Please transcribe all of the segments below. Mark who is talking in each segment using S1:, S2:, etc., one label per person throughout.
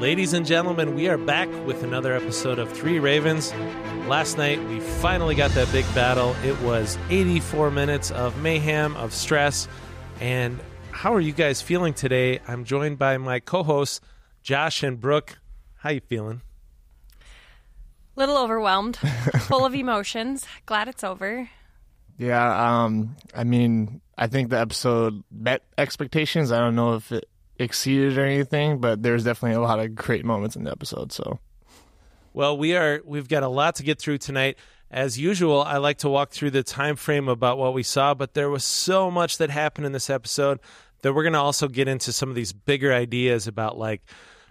S1: Ladies and gentlemen, we are back with another episode of Three Ravens. Last night, we finally got that big battle. It was 84 minutes of mayhem, of stress. And how are you guys feeling today? I'm joined by my co hosts, Josh and Brooke. How you feeling?
S2: Little overwhelmed, full of emotions. Glad it's over.
S3: Yeah, um, I mean, I think the episode met expectations. I don't know if it exceeded or anything, but there's definitely a lot of great moments in the episode. So,
S1: Well, we are we've got a lot to get through tonight. As usual, I like to walk through the time frame about what we saw, but there was so much that happened in this episode that we're going to also get into some of these bigger ideas about like,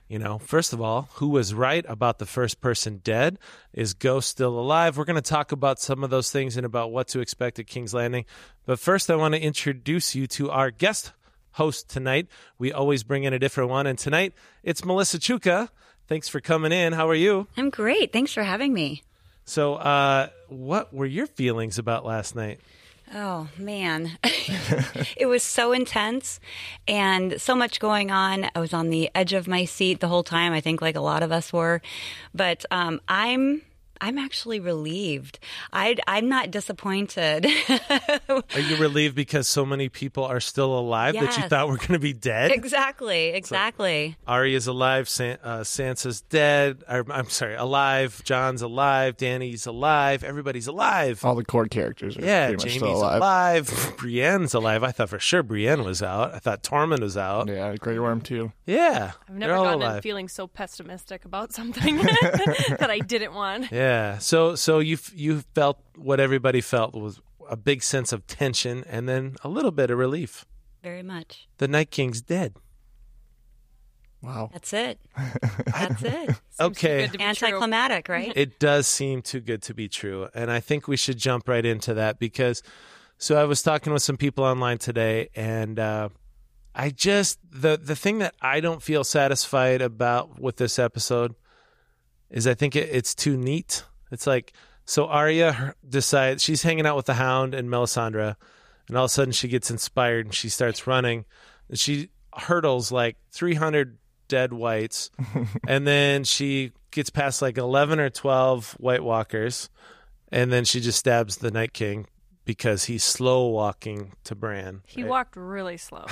S1: you know, first of all, who was right about the first person dead? Is Ghost still alive? We're going to talk about some of those things and about what to expect at King's Landing. But first, I want to introduce you to our guest host tonight. We always bring in a different one, and tonight it's Melissa Chuka. Thanks for coming in. How are you?
S4: I'm great. Thanks for having me.
S1: So, uh, what were your feelings about last night?
S4: Oh, man. it was so intense and so much going on. I was on the edge of my seat the whole time. I think like a lot of us were. But um, I'm. I'm actually relieved. I, I'm not disappointed.
S1: Are you relieved because so many people are still alive that you
S4: Yes.
S1: thought were going to be dead?
S4: exactly, exactly.
S1: Arya's alive. San- uh, Sansa's dead. Or, I'm sorry, alive. John's alive. Danny's alive. Everybody's alive.
S3: all the core characters are
S1: yeah,
S3: Oh, pretty much
S1: Jamie's
S3: still alive.
S1: alive. Brienne's alive. I thought for sure Brienne was out. I thought Tormund was out. Yeah,
S3: Yeah, Grey Worm too.
S2: I've
S1: they're
S2: never
S1: all
S2: gotten in
S1: alive.
S2: feeling so pessimistic about something that I didn't want.
S1: Yeah. So so you f- you felt what everybody felt was a big sense of tension and then a little bit of relief.
S4: Very much.
S1: The Night King's dead.
S3: Wow.
S4: That's it. That's it.
S1: Okay.
S2: Good to be true.
S4: Anticlimactic, right?
S1: It does seem too good to be true. And I think we should jump right into that because so I was talking with some people online today and uh I just the the thing that I don't feel satisfied about with this episode is I think it, it's too neat. It's like so Arya her- decides she's hanging out with the Hound and Melisandre, and all of a sudden she gets inspired and she starts running, and she hurdles like 300 dead whites, and then she gets past like 11 or 12 White Walkers, and then she just stabs the Night King because he's slow walking to Bran.
S2: He
S1: right?
S2: walked really slow.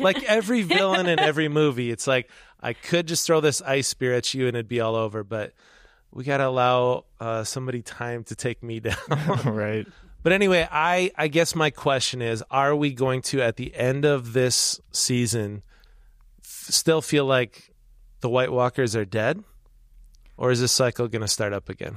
S1: like every villain in every movie it's like i could just throw this ice spear at you and it'd be all over but we gotta allow uh, somebody time to take me down
S3: right.
S1: but anyway i i guess my question is are we going to at the end of this season f- still feel like the white walkers are dead or is this cycle gonna start up again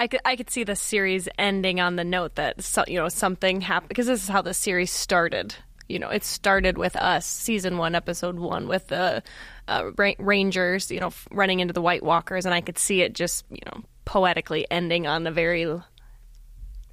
S2: I could I could see the series ending on the note that so, you know something happened because this is how the series started. You know, it started with us, season one, episode one, with the uh, ra- Rangers. You know, f- running into the White Walkers, and I could see it just you know poetically ending on the very l-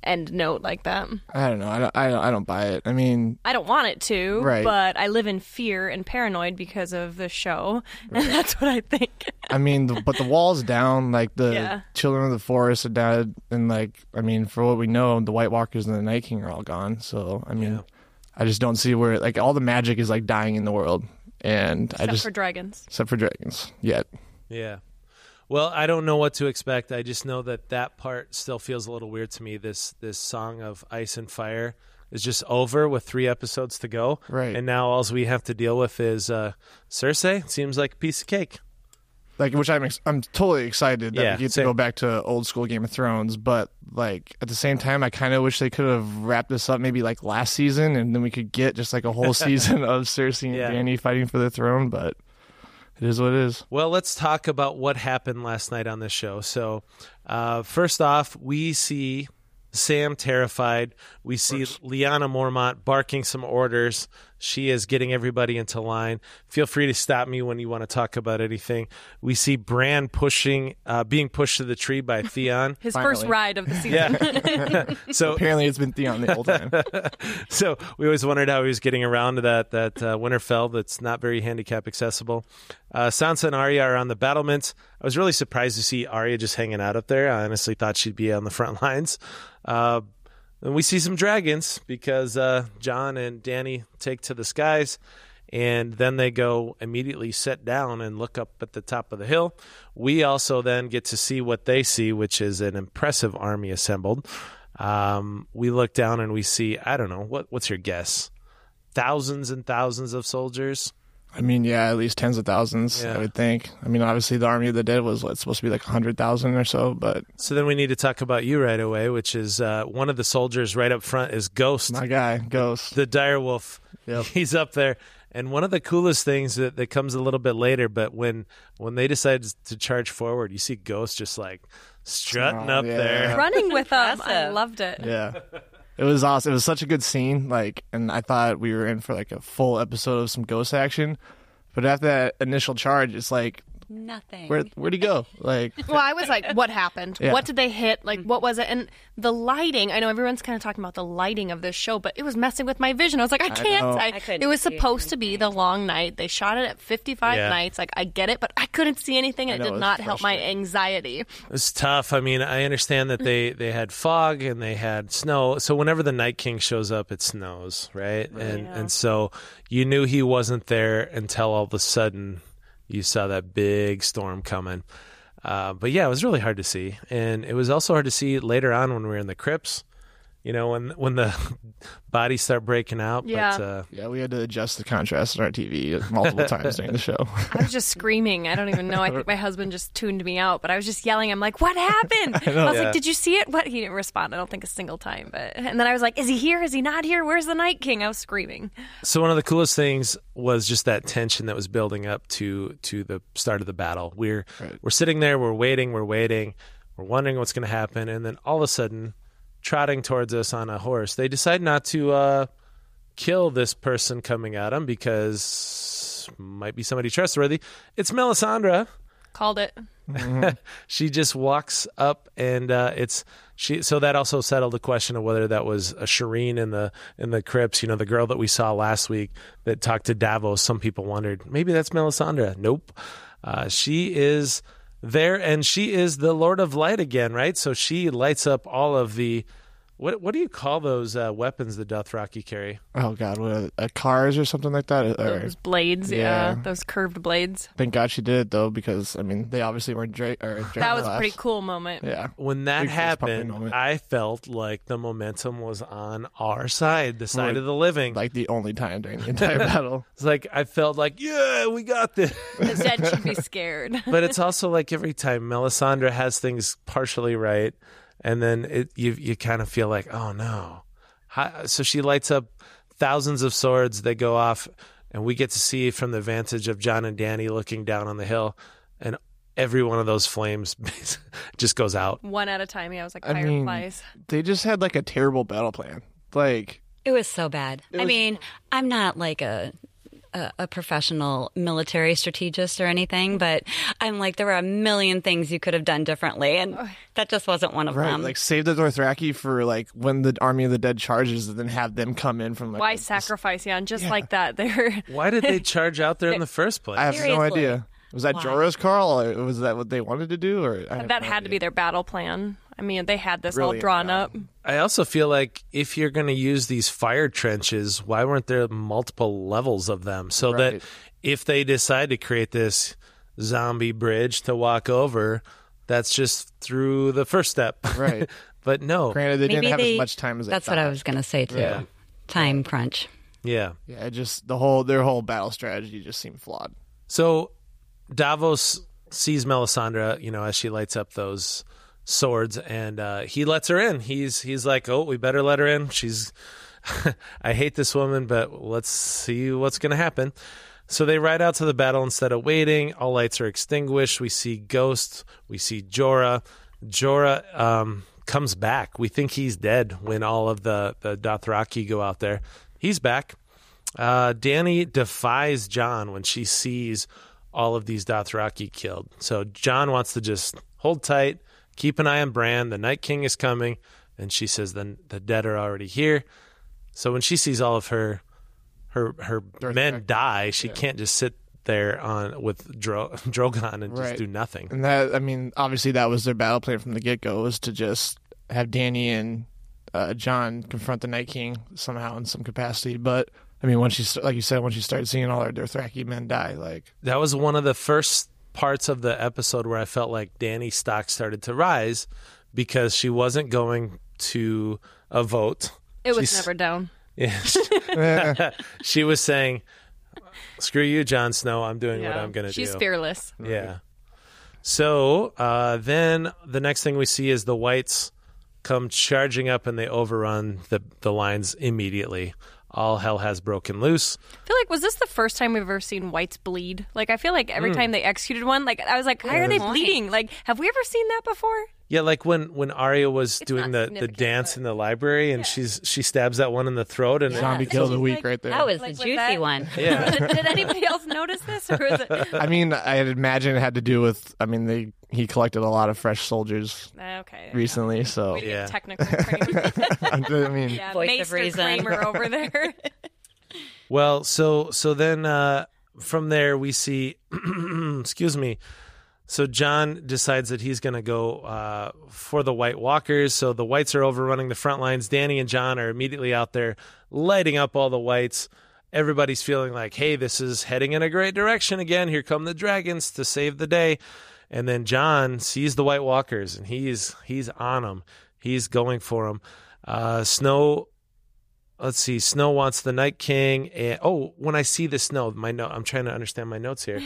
S2: end note like that.
S3: I don't know. I don't, I don't. I don't buy it. I mean,
S2: I don't want it to,
S3: Right.
S2: but I live in fear and paranoid because of the show, and that's what I think.
S3: I mean, the, but the walls down. Like the
S2: Yeah.
S3: children of the forest are dead, and like I mean, for what we know, the White Walkers and the Night King are all gone. So I mean, I just don't see where like all the magic is like dying in the world, and I
S2: Except
S3: just
S2: for dragons.
S3: except for dragons yet.
S1: Yeah. Well, I don't know what to expect. I just know that that part still feels a little weird to me. This this song of ice and fire is just over with three episodes to go,
S3: Right.
S1: And now all we have to deal with is uh, Cersei. Seems like a piece of cake.
S3: like which I'm ex- I'm totally excited that
S1: Yeah,
S3: we get
S1: same.
S3: to go back to old school Game of Thrones, but like at the same time, I kind of wish they could have wrapped this up maybe like last season, and then we could get just like a whole season of Cersei and
S1: Yeah.
S3: Danny fighting for the throne. But it is what it is.
S1: Well, let's talk about what happened last night on this show. So, uh, first off, we see Sam terrified. We see Liana Mormont barking some orders. She is getting everybody into line. Feel free to stop me when you want to talk about anything. We see Bran pushing, uh, being pushed to the tree by Theon.
S2: His first ride of the season.
S1: so
S3: Apparently, it's been Theon the whole time.
S1: so we always wondered how he was getting around to that that uh, Winterfell that's not very handicap accessible. Uh, Sansa and Arya are on the battlements. I was really surprised to see Arya just hanging out up there. I honestly thought she'd be on the front lines. Uh, and we see some dragons because uh, John and Danny take to the skies. and then they go immediately sit down and look up at the top of the hill. We also then get to see what they see, which is an impressive army assembled. Um, we look down and we see, I don't know, what what's your guess? Thousands and thousands of soldiers.
S3: I mean, yeah, at least tens of thousands,
S1: Yeah.
S3: I would think. I mean, obviously, the Army of the Dead was what, supposed to be like 100,000 or so, but
S1: So then we need to talk about you right away, which is uh, one of the soldiers right up front is Ghost.
S3: my guy, Ghost.
S1: the dire wolf.
S3: Yep.
S1: He's up there. And one of the coolest things that, that comes a little bit later, but when when they decide to charge forward, you see Ghost just like strutting
S3: Oh,
S1: up
S3: yeah.
S1: there.
S2: Running with them, I
S4: impressive.
S2: loved it.
S3: Yeah. It was awesome. It was such a good scene. Like, and I thought we were in for like a full episode of some ghost action. But after that initial charge, it's like,
S4: Nothing.
S3: where, where'd he go? Like,
S2: Well, I was like, what happened?
S3: Yeah.
S2: What did they hit? Like, what was it? And the lighting, I know everyone's kind of talking about the lighting of this show, but it was messing with my vision. I was like, I can't.
S3: know.
S2: I,
S4: I couldn't
S2: it was
S4: see
S2: supposed to be the long night. They shot it at 55
S1: Yeah.
S2: nights. Like, I get it, but I couldn't see anything, and
S3: know,
S2: it
S3: it
S2: did
S3: was
S2: not help my anxiety.
S1: It was tough. I mean, I understand that they, they had fog and they had snow. So whenever the Night King shows up, it snows, right? And and so you knew he wasn't there until all of a sudden you saw that big storm coming. Uh, but yeah, it was really hard to see, and it was also hard to see later on when we were in the crypts. You know, when when the bodies start breaking out.
S2: Yeah.
S1: But, uh,
S3: yeah, we had to adjust the contrast on our TV multiple times during the show.
S2: I was just screaming. I don't even know. I think my husband just tuned me out, but I was just yelling. I'm like, what happened? I, was
S1: Yeah.
S2: like, did you see it? What? He didn't respond, I don't think, a single time. But And then I was like, is he here? Is he not here? Where's the Night King? I was screaming.
S1: So one of the coolest things was just that tension that was building up to to the start of the battle. We're we're sitting there, we're waiting, we're waiting, we're wondering what's going to happen, and then all of a sudden, trotting towards us on a horse, they decide not to uh, kill this person coming at them because might be somebody trustworthy. It's Melisandre
S2: Called it.
S1: she just walks up and uh, it's she so that also settled the question of whether that was a Shireen in the in the crypts you know the girl that we saw last week that talked to Davos some people wondered maybe that's Melisandre nope uh, she is there and she is the Lord of Light again right so she lights up all of the what what do you call those uh, weapons the Dothraki carry
S3: oh, God. What, are- uh, cars or something like that? Or-
S2: Those blades, yeah.
S3: Yeah.
S2: Those curved blades.
S3: Thank God she did it though, because I mean they obviously weren't Drake or Drake
S2: That was a pretty cool moment.
S3: Yeah.
S1: when that
S3: Big fist pumping
S1: happened
S3: moment.
S1: I felt like the momentum was on our side the side
S3: Right.
S1: of the living
S3: Like the only time during the entire battle.
S1: It's like I felt like, yeah, we got this.
S2: The dead should be scared.
S1: but it's also like every time Melisandre has things partially right, and then it you you kind of feel like, oh no. How, so she lights up thousands of swords. They go off, and we get to see from the vantage of John and Danny looking down on the hill, and every one of those flames just goes out.
S2: One at a time. Yeah, I was like
S3: I mean,
S2: fireflies.
S3: They just had like a terrible battle plan. Like
S4: It was so bad. I mean, I'm not like a, a a professional military strategist or anything, but I'm like there were a million things you could have done differently, and that just wasn't one of
S3: right,
S4: them.
S3: like save the Dothraki for like when the army of the dead charges, and then have them come in from like.
S2: Why
S3: the-
S2: sacrifice? Yeah, and just like that, they're
S1: Why did they charge out there in the first place?
S3: I have no
S4: Seriously.
S3: idea. Was that Jorah's call, or was that what they wanted to do, or I have
S2: that
S3: no
S2: had to be
S3: idea.
S2: their battle plan. I mean, they had this all
S3: Brilliant
S2: drawn
S3: job.
S2: up.
S1: I also feel like if you're going to use these fire trenches, why weren't there multiple levels of them so that
S3: Right.
S1: if they decide to create this zombie bridge to walk over, that's just through the first step.
S3: Right.
S1: but no.
S3: Granted, they
S4: Maybe
S3: didn't have
S4: they-
S3: as much time as they
S4: that's what I
S3: thought.
S4: was gonna say too.
S1: Yeah.
S4: Time crunch.
S1: Yeah.
S3: Yeah, it just the whole their whole battle strategy just seemed flawed.
S1: So Davos sees Melisandre, you know, as she lights up those swords, and uh, he lets her in. He's he's like, oh, we better let her in. She's, I hate this woman, but let's see what's gonna happen. So they ride out to the battle instead of waiting. All lights are extinguished. We see Ghost. We see Jorah. Jorah um, comes back. We think he's dead when all of the, the Dothraki go out there. He's back. Uh, Danny defies John when she sees all of these Dothraki killed. So John wants to just hold tight, keep an eye on Bran. The Night King is coming, and she says the the dead are already here. So when she sees all of her her her men die, she can't just sit there on with Dro- Drogon and just
S3: Right.
S1: do nothing.
S3: And that, I mean, obviously that was their battle plan from the get go was to just have Danny and uh, John confront the Night King somehow in some capacity. But I mean, once you st- like you said, once you start seeing all our Dothraki men die, like
S1: That was one of the first parts of the episode where I felt like Danny's stock started to rise because she wasn't going to a vote.
S2: It was
S1: She's-
S2: never down.
S1: She was saying, "Screw you, Jon Snow. I'm doing what
S2: Yeah.
S1: I'm going to do."
S2: She's fearless.
S1: Yeah. So uh, then the next thing we see is the whites come charging up and they overrun the, the lines immediately. All hell has broken loose.
S2: I feel like was this the first time we've ever seen whites bleed? Like I feel like every
S3: Mm.
S2: time they executed one, like I was like, why are they
S4: Good
S2: bleeding? Like have we ever seen that before?
S1: Yeah, like when when Arya was doing
S2: not
S1: the, the
S2: significant,
S1: dance in the library and she's she stabs that one in the throat and
S3: zombie
S2: so
S3: kill of the
S2: she's
S3: week
S2: like-
S3: right there.
S4: That was
S2: Like with
S4: the juicy
S2: that-
S4: one.
S1: yeah.
S2: did, did anybody else notice this, or is it
S3: I mean, I had imagine it had to do with. I mean, they he collected a lot of fresh soldiers
S2: Ah, okay?
S3: recently, so
S2: We didn't
S1: Yeah.
S2: get technical. training.
S3: I mean,
S2: Yeah,
S4: Voice of
S2: Maester
S4: reason.
S2: Kramer over there.
S1: Well, so so then uh, from there we see, excuse me. So John decides that he's going to go uh, for the White Walkers. So the Whites are overrunning the front lines. Danny and John are immediately out there lighting up all the Whites. Everybody's feeling like, hey, this is heading in a great direction again. Here come the dragons to save the day. And then John sees the White Walkers and he's he's on them. He's going for them. Uh, Snow let's see. Snow wants the Night King. And, oh, when I see the snow, my note. I'm trying to understand my notes here.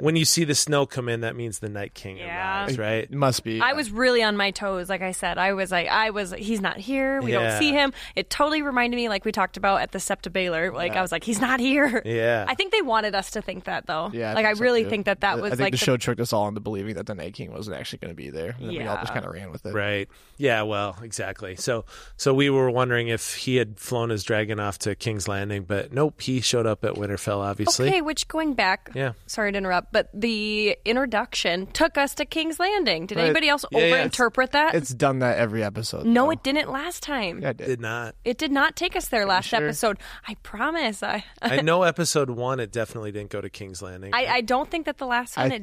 S1: when you see the snow come in, that means the Night King
S2: Yeah.
S1: arrives, right?
S3: it must be.
S2: I was really on my toes. Like I said, I was like, I was. He's not here. We
S1: Yeah.
S2: don't see him. It totally reminded me, like we talked about at the Septa Baylor. Like I was like, he's not here.
S1: Yeah.
S2: I think they wanted us to think that though.
S3: Yeah,
S2: like I
S3: so,
S2: really
S3: too.
S2: think that that
S3: I
S2: was
S3: think
S2: like
S3: the show tricked us all into believing that the Night King wasn't actually going to be there. And then we all just
S2: Yeah.
S3: kind of ran with it.
S1: Right. Yeah. Well, exactly. So, so we were wondering if he had flown his dragon off to King's Landing, but nope, he showed up at Winterfell, obviously.
S2: Okay, which going back,
S1: Yeah.
S2: sorry to interrupt, but the introduction took us to King's Landing. Did
S3: Right.
S2: anybody else
S1: Yeah, yeah,
S2: overinterpret that?
S3: It's done that every episode.
S2: no,
S3: though.
S2: it didn't last time.
S3: Yeah, it did.
S1: Did not.
S2: It did not take us there last
S3: sure?
S2: episode. I promise. I,
S1: I know episode one, it definitely didn't go to King's Landing.
S2: I I don't think that the last one
S3: I
S2: it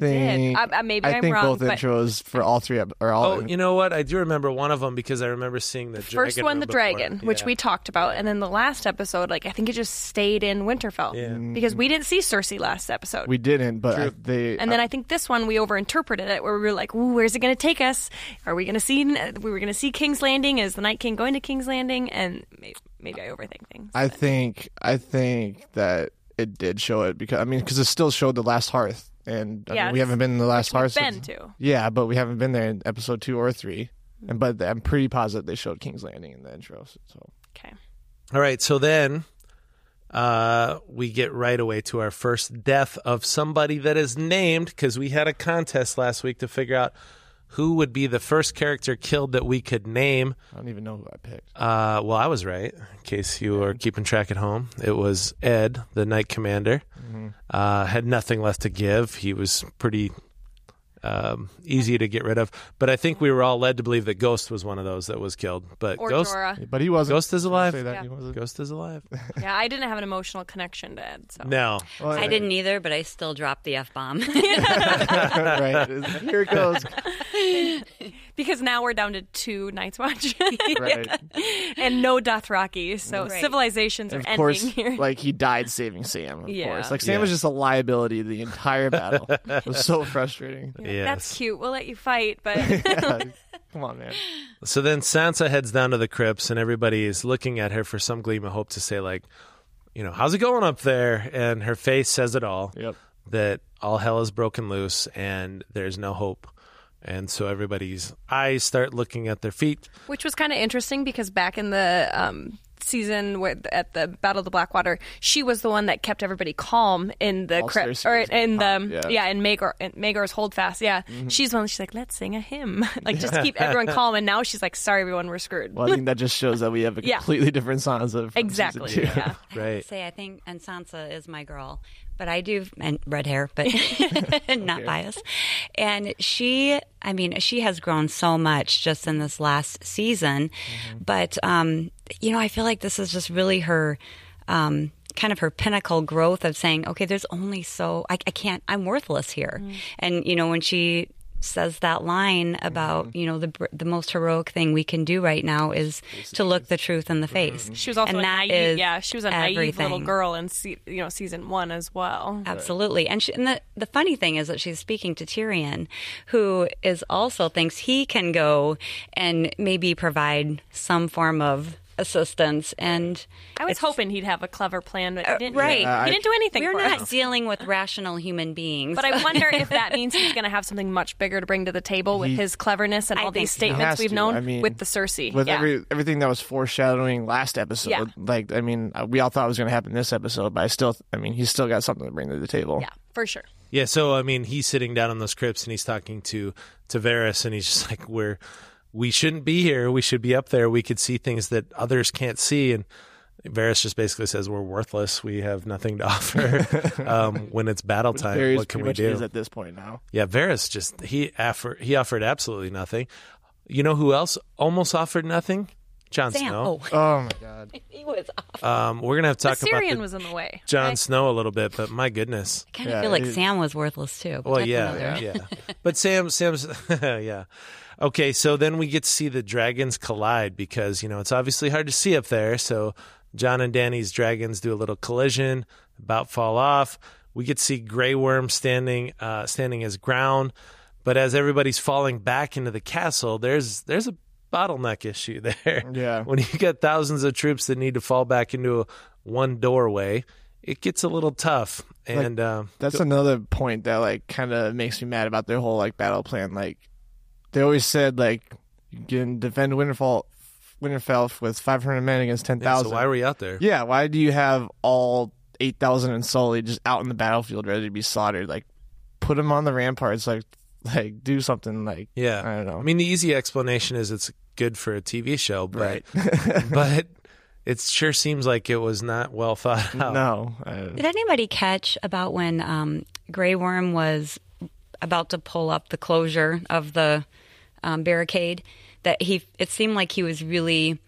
S2: did.
S3: think.
S2: I, I, maybe
S3: I
S2: am
S3: think
S2: wrong.
S3: both
S2: but
S3: intros for all three ep- or all.
S1: oh, you know what? I do remember one of them because I remember seeing the,
S2: first
S1: dragon
S2: one,
S1: room
S2: the
S1: before.
S2: dragon, which
S1: Yeah.
S2: we talked about, and then the last episode, like I think it just stayed in Winterfell
S3: Mm.
S2: because we didn't see Cersei last episode.
S3: we didn't, but I, they.
S2: and then I think this one we overinterpreted it, where we were like, "Ooh, where's it going to take us? Are we going to see? We were going to see King's Landing. Is the Night King going to King's Landing?" And maybe, maybe I overthink things.
S3: I think I think that it did show it because I mean because it still showed the last hearth and I mean,
S2: Yes.
S3: we haven't been in the last hearth
S2: been
S3: since-
S2: to.
S3: yeah but we haven't been there in episode two or three and but I'm pretty positive they showed King's Landing in the intro so,
S2: Okay,
S1: All right, so then uh, we get right away to our first death of somebody that is named because we had a contest last week to figure out who would be the first character killed that we could name.
S3: I don't even know who I picked
S1: Uh, well, I was right. In case you were keeping track at home, it was Ed, the Knight Commander.
S3: Mm-hmm.
S1: Uh, had nothing left to give. He was pretty um, easy to get rid of. But I think we were all led to believe that Ghost was one of those that was killed. But
S2: or
S1: Ghost,
S2: Jorah.
S3: but he wasn't
S1: Ghost is alive.
S3: say that
S2: Yeah.
S3: he wasn't
S1: Ghost is alive.
S2: Yeah, I didn't have an emotional connection to Ed. So
S1: No.
S3: Well,
S4: I didn't either, but I still dropped the f bomb.
S3: right here it goes
S2: because now we're down to two Night's Watch
S3: right
S2: and no Dothraki. So
S4: Right.
S2: civilizations are
S3: of
S2: ending
S3: course
S2: here.
S3: like he died saving Sam of
S2: Yeah.
S3: course like Sam
S1: Yeah.
S3: was just a liability the entire battle it was so frustrating
S1: Yes.
S2: That's cute. We'll let you fight, but
S3: come on man
S1: So then Sansa heads down to the crypts, and everybody is looking at her for some gleam of hope to say, like, you know, how's it going up there? And her face says it all
S3: yep
S1: that all hell is broken loose and there's no hope. And so everybody's eyes start looking at their feet.
S2: which was kind of interesting because back in the um, season where at the Battle of the Blackwater, she was the one that kept everybody calm in the
S3: All
S2: crypt or
S3: Cersei was
S2: in the um,
S3: calm, yeah. Mm-hmm.
S2: yeah. in Magor in Magor's holdfast. Yeah, she's the one. She's like, let's sing a hymn, like just keep everyone calm. And now she's like, sorry, everyone, we're screwed.
S3: Well, I think that just shows that we have a
S2: Yeah.
S3: completely different Sansa. From
S2: exactly.
S3: season two.
S2: Yeah.
S1: Right.
S4: Say, I think, and Sansa is my girl, but I do, and red hair, but not biased. And she, I mean, she has grown so much just in this last season. But, um, you know, I feel like this is just really her. Um, kind of her pinnacle Mm-hmm. growth of saying okay there's only so i, I can't i'm worthless here and you know when she says that line about you know the br- the most heroic thing we can do right now is Mm-hmm. to look the truth in the face.
S2: She was also
S4: and
S2: a
S4: that
S2: naive,
S4: is
S2: yeah. She was a naive little
S4: everything.
S2: girl in se- you know season one as well.
S4: Absolutely. And, she, and the, the funny thing is that she's speaking to Tyrion, who is also thinks he can go and maybe provide some form of assistance. And
S2: I was hoping he'd have a clever plan, but he didn't.
S4: Uh, right.
S2: he didn't do anything.
S4: we're
S2: for
S4: not
S2: us.
S4: dealing with rational human beings.
S2: But I wonder if that means he's going to have something much bigger to bring to the table with his cleverness and all
S4: think
S2: these
S4: so.
S2: statements
S3: Has
S2: we've
S3: to.
S2: known
S3: I mean,
S2: with the Cersei.
S3: with
S2: yeah.
S3: every everything that was foreshadowing last episode.
S2: Yeah.
S3: Like, I mean, uh, we all thought it was going to happen this episode, but I still, I mean, he's still got something to bring to the table.
S2: yeah, for sure.
S1: Yeah, so I mean, he's sitting down on those crypts and he's talking to to Varys, and he's just like, "We're we shouldn't be here. We should be up there. We could see things that others can't see." And Varys just basically says, "We're worthless. We have nothing to offer." um, when it's battle time,
S3: There is
S1: what can
S3: pretty
S1: we
S3: much
S1: do?
S3: is at this point now.
S1: yeah, Varys just he offered he offered absolutely nothing. You know who else almost offered nothing? Jon
S4: Sam,
S1: Snow.
S4: oh,
S3: Oh my god.
S4: he was. awful.
S1: Um, we're gonna have to
S2: Oh. The
S1: talk about
S2: Syrian
S1: the-
S2: was in the way.
S1: Jon
S2: right?
S1: Snow a little bit, but my goodness.
S4: I kind of
S3: Yeah,
S4: feel like
S3: it-
S4: Sam was worthless too. but
S1: Well,
S4: that's
S1: yeah,
S4: another-
S1: yeah. But Sam, Sam's, yeah. Okay, so then we get to see the dragons collide because you know it's obviously hard to see up there. So John and Danny's dragons do a little collision, about fall off. We get to see Grey Worm standing, uh, standing his ground. But as everybody's falling back into the castle, there's there's a bottleneck issue there.
S3: Yeah.
S1: when you got thousands of troops that need to fall back into one doorway, it gets a little tough. And um,
S3: That's another point that like kind of makes me mad about their whole like battle plan. Like they always said, like you can defend Winterfell, Winterfell with 500 men against 10,000.
S1: so why were you out there?
S3: yeah, why do you have all 8,000 and Sully just out in the battlefield ready to be slaughtered? Like put them on the ramparts. Like like do something. Like
S1: Yeah.
S3: I don't know.
S1: I mean, the easy explanation is it's good for a TV show, but
S3: Right.
S1: but it sure seems like it was not well thought out.
S3: no. I,
S4: Did anybody catch about when um, Grey Worm was about to pull up the closure of the um, barricade? That he, it seemed like he was really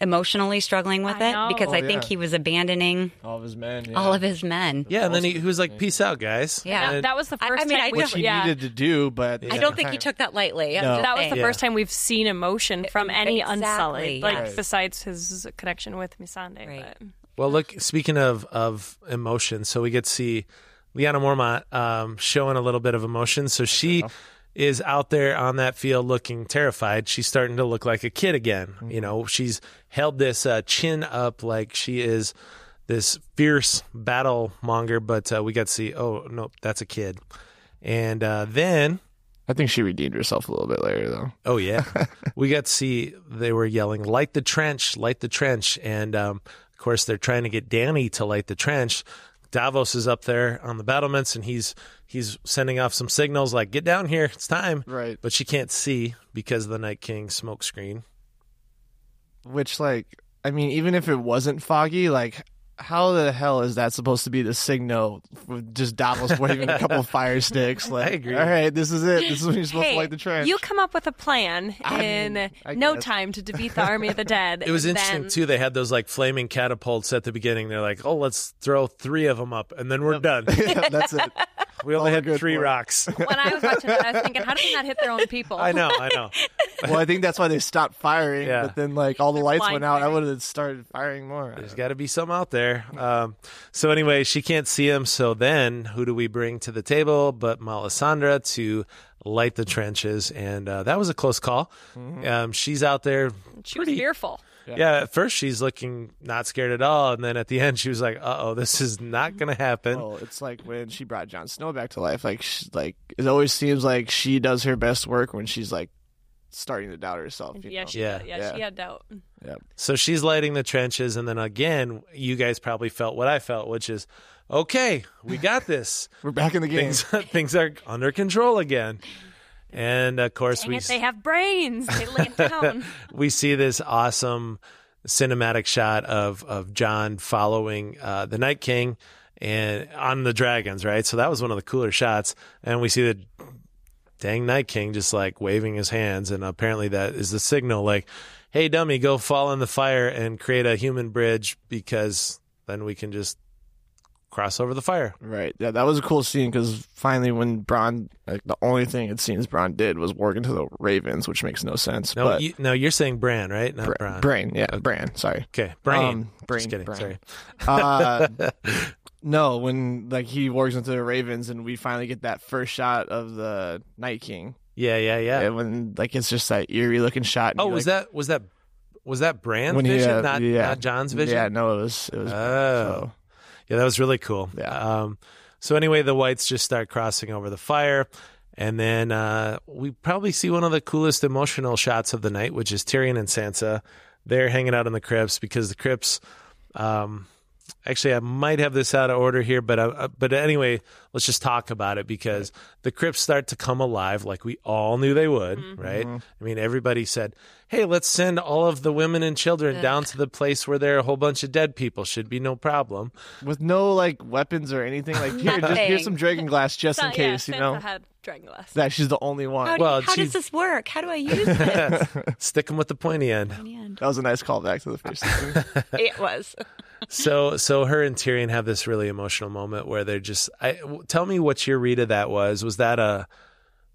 S4: emotionally struggling with
S2: I
S4: it
S2: know.
S4: because I think
S3: yeah.
S4: he was abandoning
S3: all of his men.
S4: all of his men.
S1: Yeah, and then he, he was like, "Peace out, guys."
S4: Yeah.
S2: That, that was the
S4: I- I
S2: first
S4: mean,
S2: time
S4: I
S2: we've-
S4: don't-
S3: he
S2: yeah.
S3: needed to do, but
S4: I don't think he took that lightly. I'm just
S2: That was the
S4: saying.
S2: first time we've seen emotion from any
S4: Exactly,
S2: unsullied, like
S4: yes.
S2: besides his connection with Misande.
S4: Right.
S2: But
S1: Well, look. Speaking of of emotion, so we get to see Liana Mormont um, showing a little bit of emotion. So she is out there on that field looking terrified. She's starting to look like a kid again. You know, she's held this uh, chin up like she is this fierce battle monger. But uh, we got to see. Oh no, that's a kid. And uh, then
S3: I think she redeemed herself a little bit later, though.
S1: Oh yeah, we got to see they were yelling "Light the trench! Light the trench!" and um, of course they're trying to get Danny to light the trench. Davos is up there on the battlements and he's he's sending off some signals like "Get down here! It's time!"
S3: Right.
S1: But she can't see because of the Night King smoke screen.
S3: Which, like, I mean, even if it wasn't foggy, like, how the hell is that supposed to be the signal? With just Davos waving a couple of fire sticks. Like,
S1: agree.
S3: All right, this is it. This is when you're supposed
S2: hey,
S3: to light the trench.
S2: you come up with a plan
S3: I
S2: in
S3: mean, I
S2: no
S3: guess.
S2: time to defeat the army of the dead.
S1: It was
S2: and
S1: interesting
S2: then-
S1: too. They had those like flaming catapults at the beginning. They're like, "Oh, let's throw three of them up and then we're done."
S3: Yeah, that's it.
S1: We only
S3: All
S1: had
S3: good
S1: three
S3: for it.
S1: rocks.
S2: When I was watching it, I was thinking, how did they not hit their own people?
S1: I know, I know.
S3: Well, I think that's why they stopped firing.
S1: Yeah.
S3: But then, like, all the lights
S2: blind
S3: went out. I
S2: firing.
S3: would have started firing more.
S1: There's got to be some out there. Um, so anyway, she can't see him. So then, who do we bring to the table but Melisandre to light the trenches? And uh, that was a close call. Um, she's out there.
S2: She was
S1: pretty,
S2: fearful.
S1: Yeah. At first, she's looking not scared at all, and then at the end, she was like, "Uh oh, this is not going to happen."
S3: Well, it's like when she brought Jon Snow back to life. Like, sh like it always seems like she does her best work when she's like starting to doubt herself. you
S2: Yeah,
S3: know?
S2: she,
S1: Yeah.
S2: yeah, she
S3: Yeah.
S2: had doubt.
S1: So she's lighting the trenches, and then again, you guys probably felt what I felt, which is, "Okay, we got this.
S3: We're back in the game.
S1: things things are under control again." And of course,
S2: Dang
S1: we
S2: it, they have brains. They lay it down.
S1: we see this awesome cinematic shot of of John following uh, the Night King and on the dragons, right? So that was one of the cooler shots, and we see the dang Night King just like waving his hands, and apparently that is the signal, like, "Hey, dummy, go fall in the fire and create a human bridge because then we can just." cross over the fire.
S3: Right. Yeah, that was a cool scene because finally, when Braun, like the only thing it seems Braun did was work into the Ravens, which makes no sense.
S1: No,
S3: but
S1: you, no, you're saying Bran, right? Not
S3: Bra-
S1: Bran.
S3: Brain, yeah, Brain. Sorry.
S1: Okay, Bran.
S3: Um, Brain,
S1: Just kidding.
S3: Brain.
S1: Sorry.
S3: Uh, no, when like he works into the Ravens, and we finally get that first shot of the Night King,
S1: Yeah, yeah, yeah.
S3: and when like it's just that eerie looking shot. and
S1: oh,
S3: you're
S1: was
S3: like-
S1: that was that was that Bran's
S3: when he,
S1: vision,
S3: uh,
S1: not
S3: yeah.
S1: not John's vision?
S3: Yeah, no, it was it was.
S1: Oh.
S3: so-
S1: Yeah, that was really cool.
S3: Yeah.
S1: Um, so anyway, the whites just start crossing over the fire, and then uh, we probably see one of the coolest emotional shots of the night, which is Tyrion and Sansa. They're hanging out in the crypts because the crypts. Um, actually, I might have this out of order here, but uh, but anyway, let's just talk about it because the crypts start to come alive, like we all knew they would, right? I mean, everybody said, "Hey, let's send all of the women and children down to the place where there are a whole bunch of dead people. Should be no problem."
S3: with no like weapons or anything. Like here, just
S4: Nothing.
S3: here's some dragon glass just in case, you know.
S2: had dragon glass.
S3: That she's the only
S4: How,
S3: one.
S4: do-
S1: Well,
S4: how
S1: she-
S4: does this work? How do I use this?
S1: Stick them with the pointy end.
S4: Man,
S3: That was a nice callback to the first season.
S4: it was.
S1: So, so her and Tyrion have this really emotional moment where they're just. I w tell me what your read of that was. Was that a,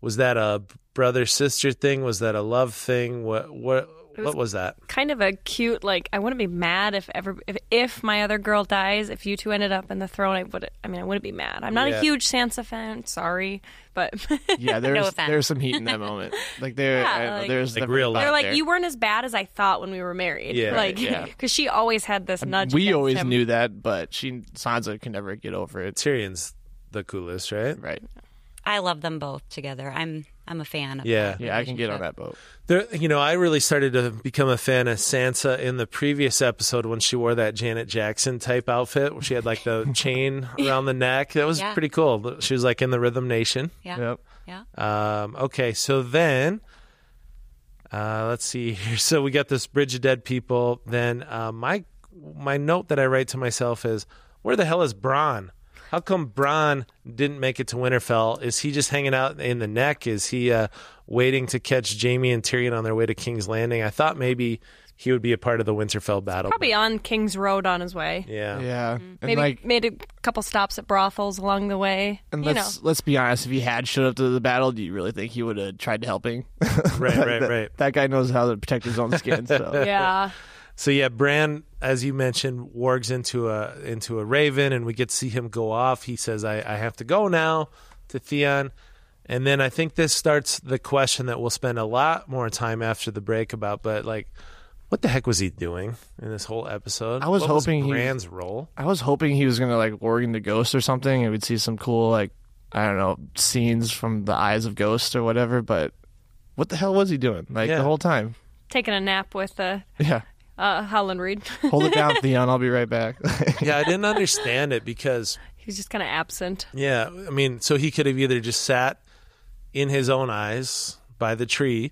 S1: was that a brother sister thing? Was that a love thing? What what what was that?
S2: Kind of a cute, like I wouldn't be mad if ever if, if my other girl dies. If you two ended up in the throne, I would. I mean, I wouldn't be mad. I'm not
S1: Yeah.
S2: a huge Sansa fan. Sorry, but
S3: Yeah, there's
S4: offense.
S3: there's some heat in that moment. Like there,
S2: Yeah,
S3: I-
S2: like-
S3: there's
S1: Like
S3: definitely
S1: real
S3: thought
S1: life.
S2: they're like
S3: there.
S2: you weren't as bad as I thought when we were married.
S1: Yeah.
S2: like
S3: Yeah.
S2: because she always had this nudge.
S3: We
S2: against
S3: always
S2: him.
S3: knew that, but she Sansa can never get over it.
S1: Tyrion's the coolest, right?
S3: Right?
S4: I love them both together. I'm I'm a fan. Of
S1: Yeah.
S3: Yeah, I can get on that boat.
S1: There, you know, I really started to become a fan of Sansa in the previous episode when she wore that Janet Jackson type outfit where she had like the chain around the neck. That was
S4: Yeah.
S1: pretty cool. She was like in the Rhythm Nation.
S4: Yeah.
S3: Yep.
S4: Yeah.
S1: Um, okay, so then uh, let's see here. So we got this bridge of dead people. Then uh, my my note that I write to myself is, where the hell is Bron? How come Bron didn't make it to Winterfell? Is he just hanging out in the neck? Is he uh, waiting to catch Jamie and Tyrion on their way to King's Landing? I thought maybe he would be a part of the Winterfell battle.
S2: probably on King's Road on his way.
S1: yeah.
S3: Yeah, and
S2: Mm-hmm. Maybe
S3: like,
S2: made a couple stops at brothels along the way.
S3: and
S2: you know,
S3: let's let's be honest. If he had showed up to the battle, do you really think he would have tried helping?
S1: Right,
S3: Like,
S1: right,
S3: that,
S1: right.
S3: That guy knows how to protect his own skin. So
S2: yeah.
S1: So yeah, Bran, as you mentioned, wargs into a into a raven, and we get to see him go off. He says, "I, I have to go now," to Theon, and then I think this starts the question that we'll spend a lot more time after the break about. But like, what the heck was he doing in this whole episode?
S3: I was
S1: What
S3: hoping he-
S1: Bran's role.
S3: I was hoping he was gonna like warg into Ghost or something, and we'd see some cool like I don't know scenes from the eyes of Ghost or whatever. But what the hell was he doing like
S1: Yeah.
S3: the whole time?
S2: taking a nap with uh,
S3: Yeah,
S2: uh, Howland Reed.
S3: hold it down, Theon. I'll be right back.
S1: Yeah, I didn't understand it because
S2: He's just kind of absent.
S1: Yeah, I mean, so he could have either just sat in his own eyes by the tree,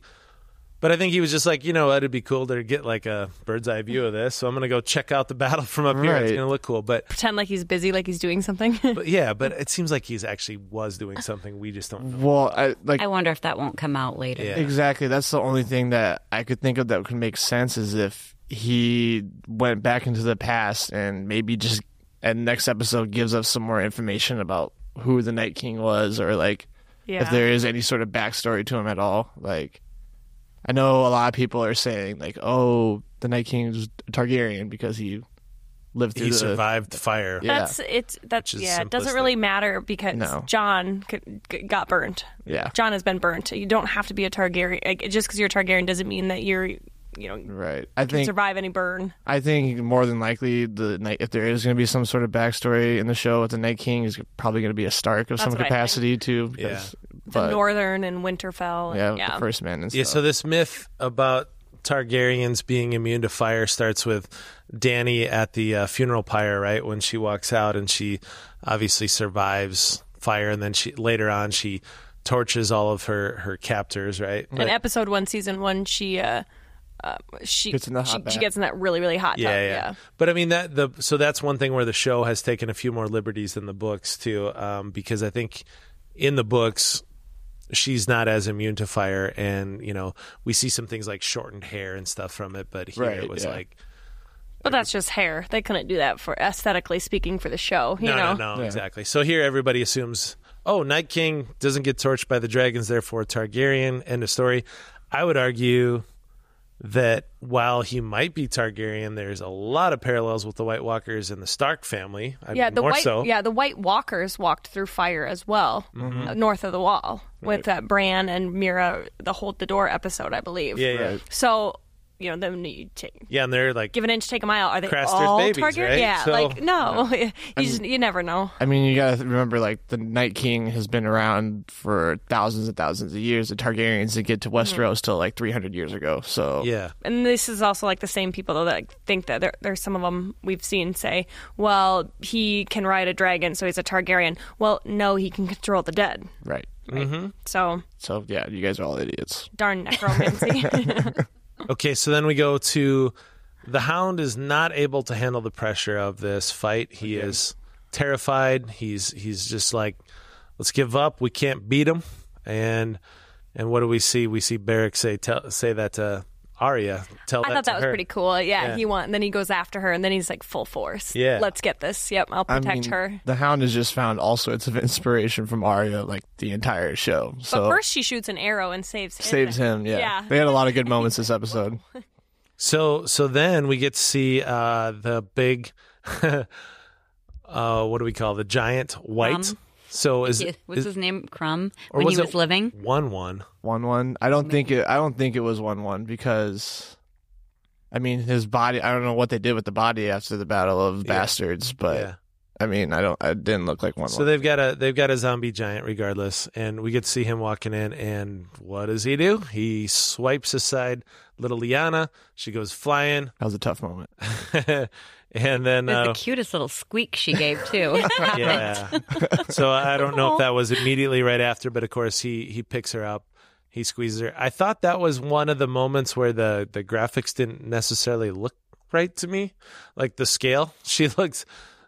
S1: but I think he was just like, you know what, it'd be cool to get like a bird's eye view of this. So I'm gonna go check out the battle from up here. It's
S3: Right.
S1: gonna look cool, but
S2: Pretend like he's busy, like he's doing something.
S1: but yeah, but it seems like he's actually was doing something. We just don't know.
S3: well, I like
S4: I wonder if that won't come out later.
S1: Yeah.
S3: exactly. That's the only thing that I could think of that could make sense is if he went back into the past and maybe just at next episode gives us some more information about who the Night King was or like
S2: yeah.
S3: if there is any sort of backstory to him at all. Like, I know a lot of people are saying like, "Oh, the Night King was Targaryen because he lived through
S1: He
S3: the
S1: survived fire.
S3: Yeah.
S2: that's it. That's
S1: Which is
S2: yeah. It
S1: simplistic.
S2: doesn't really matter because
S3: No.
S2: John c- g- got burnt.
S3: yeah,
S2: John has been burnt. You don't have to be a Targaryen. Like, just because you're a Targaryen doesn't mean that you're, you know, can
S3: right." I think
S2: survive any burn.
S3: I think more than likely the night if there is going to be some sort of backstory in the show with the Night King is probably going to be a Stark of some
S2: what I think.
S3: capacity too. Because,
S2: The
S3: but
S2: Northern and Winterfell.
S3: yeah,
S2: And, yeah.
S3: the First Man and stuff.
S1: Yeah, so this myth about Targaryens being immune to fire starts with Danny at the uh, funeral pyre, right? When she walks out and she obviously survives fire, and then she later on she torches all of her her captors, right?
S2: in episode one, season one, she uh, uh she
S3: Gets in the hot
S2: she, she
S3: bath.
S2: gets in that really really hot tub.
S1: yeah, yeah, But I mean that the so that's one thing where the show has taken a few more liberties than the books too, um, because I think in the books she's not as immune to fire, and you know we see some things like shortened hair and stuff from it, but here
S3: Right,
S1: it was
S3: yeah.
S1: like
S2: But that's just hair. They couldn't do that for aesthetically speaking for the show. You
S1: no,
S2: know,
S1: no, no, exactly. So here everybody assumes, oh, Night King doesn't get torched by the dragons, therefore Targaryen. End of story. I would argue that while he might be Targaryen, there's a lot of parallels with the White Walkers and the Stark family. I
S2: yeah,
S1: mean,
S2: the
S1: more
S2: white
S1: so.
S2: yeah the White Walkers walked through fire as well,
S1: Mm-hmm.
S2: uh, north of the Wall with uh, Bran and Mira, the Hold the Door episode, I believe.
S1: yeah, yeah,
S2: So you know, then you take.
S1: yeah, and they're like
S2: Give an inch, take a mile. Are they
S1: Craster's
S2: all
S1: babies,
S2: Targaryen?
S1: right?
S2: Yeah,
S1: So-
S2: like no, you just you never know.
S3: I mean, you gotta remember, like the Night King has been around for thousands and thousands of years. The Targaryens didn't
S2: Mm-hmm.
S3: get to Westeros till like 300 years ago. So
S1: yeah,
S2: and this is also like the same people though that like, think that there, there's some of them we've seen say, well, he can ride a dragon, so he's a Targaryen. Well, no, he can control the dead.
S3: right.
S2: So
S3: So yeah, you guys are all idiots.
S2: darn necromancy.
S1: Okay, so then we go to the hound is not able to handle the pressure of this fight. He is terrified. He's he's just like, let's give up. We can't beat him. And and what do we see? We see Barrick say tell, say that to Arya. Tell
S2: I thought
S1: to
S2: that was
S1: her.
S2: pretty cool. Yeah,
S1: Yeah.
S2: he went, and then he goes after her, and then he's like full force.
S1: Yeah.
S2: let's get this. Yep, I'll
S3: I
S2: protect
S3: mean,
S2: her.
S3: the Hound has just found all sorts of inspiration from Arya, like the entire show.
S2: But
S3: So
S2: first, she shoots an arrow and saves him.
S3: saves him. Yeah.
S2: Yeah.
S3: they had a lot of good moments this episode.
S1: So so then we get to see uh, the big, uh, what do we call the giant white?
S4: Um,
S1: so is,
S4: Yeah,
S1: it
S4: What's his name? Crumb
S1: or
S4: when
S1: was
S4: he was
S1: it
S4: living.
S1: one one?
S3: One one. I don't think it. I don't think it was one one because, I mean, his body. I don't know what they did with the body after the Battle of Bastards, but
S1: yeah.
S3: I mean, I don't. I didn't look like one
S1: So
S3: one.
S1: they've got a they've got a zombie giant regardless, and we get to see him walking in. And what does he do? He swipes aside little Liana. She goes flying,
S3: that was a tough moment.
S1: and then
S4: It was
S1: uh,
S4: the cutest little squeak she gave too.
S1: yeah. so I don't know if that was immediately right after, but of course he he picks her up, he squeezes her. I thought that was one of the moments where the the graphics didn't necessarily look right to me, like the scale. She looked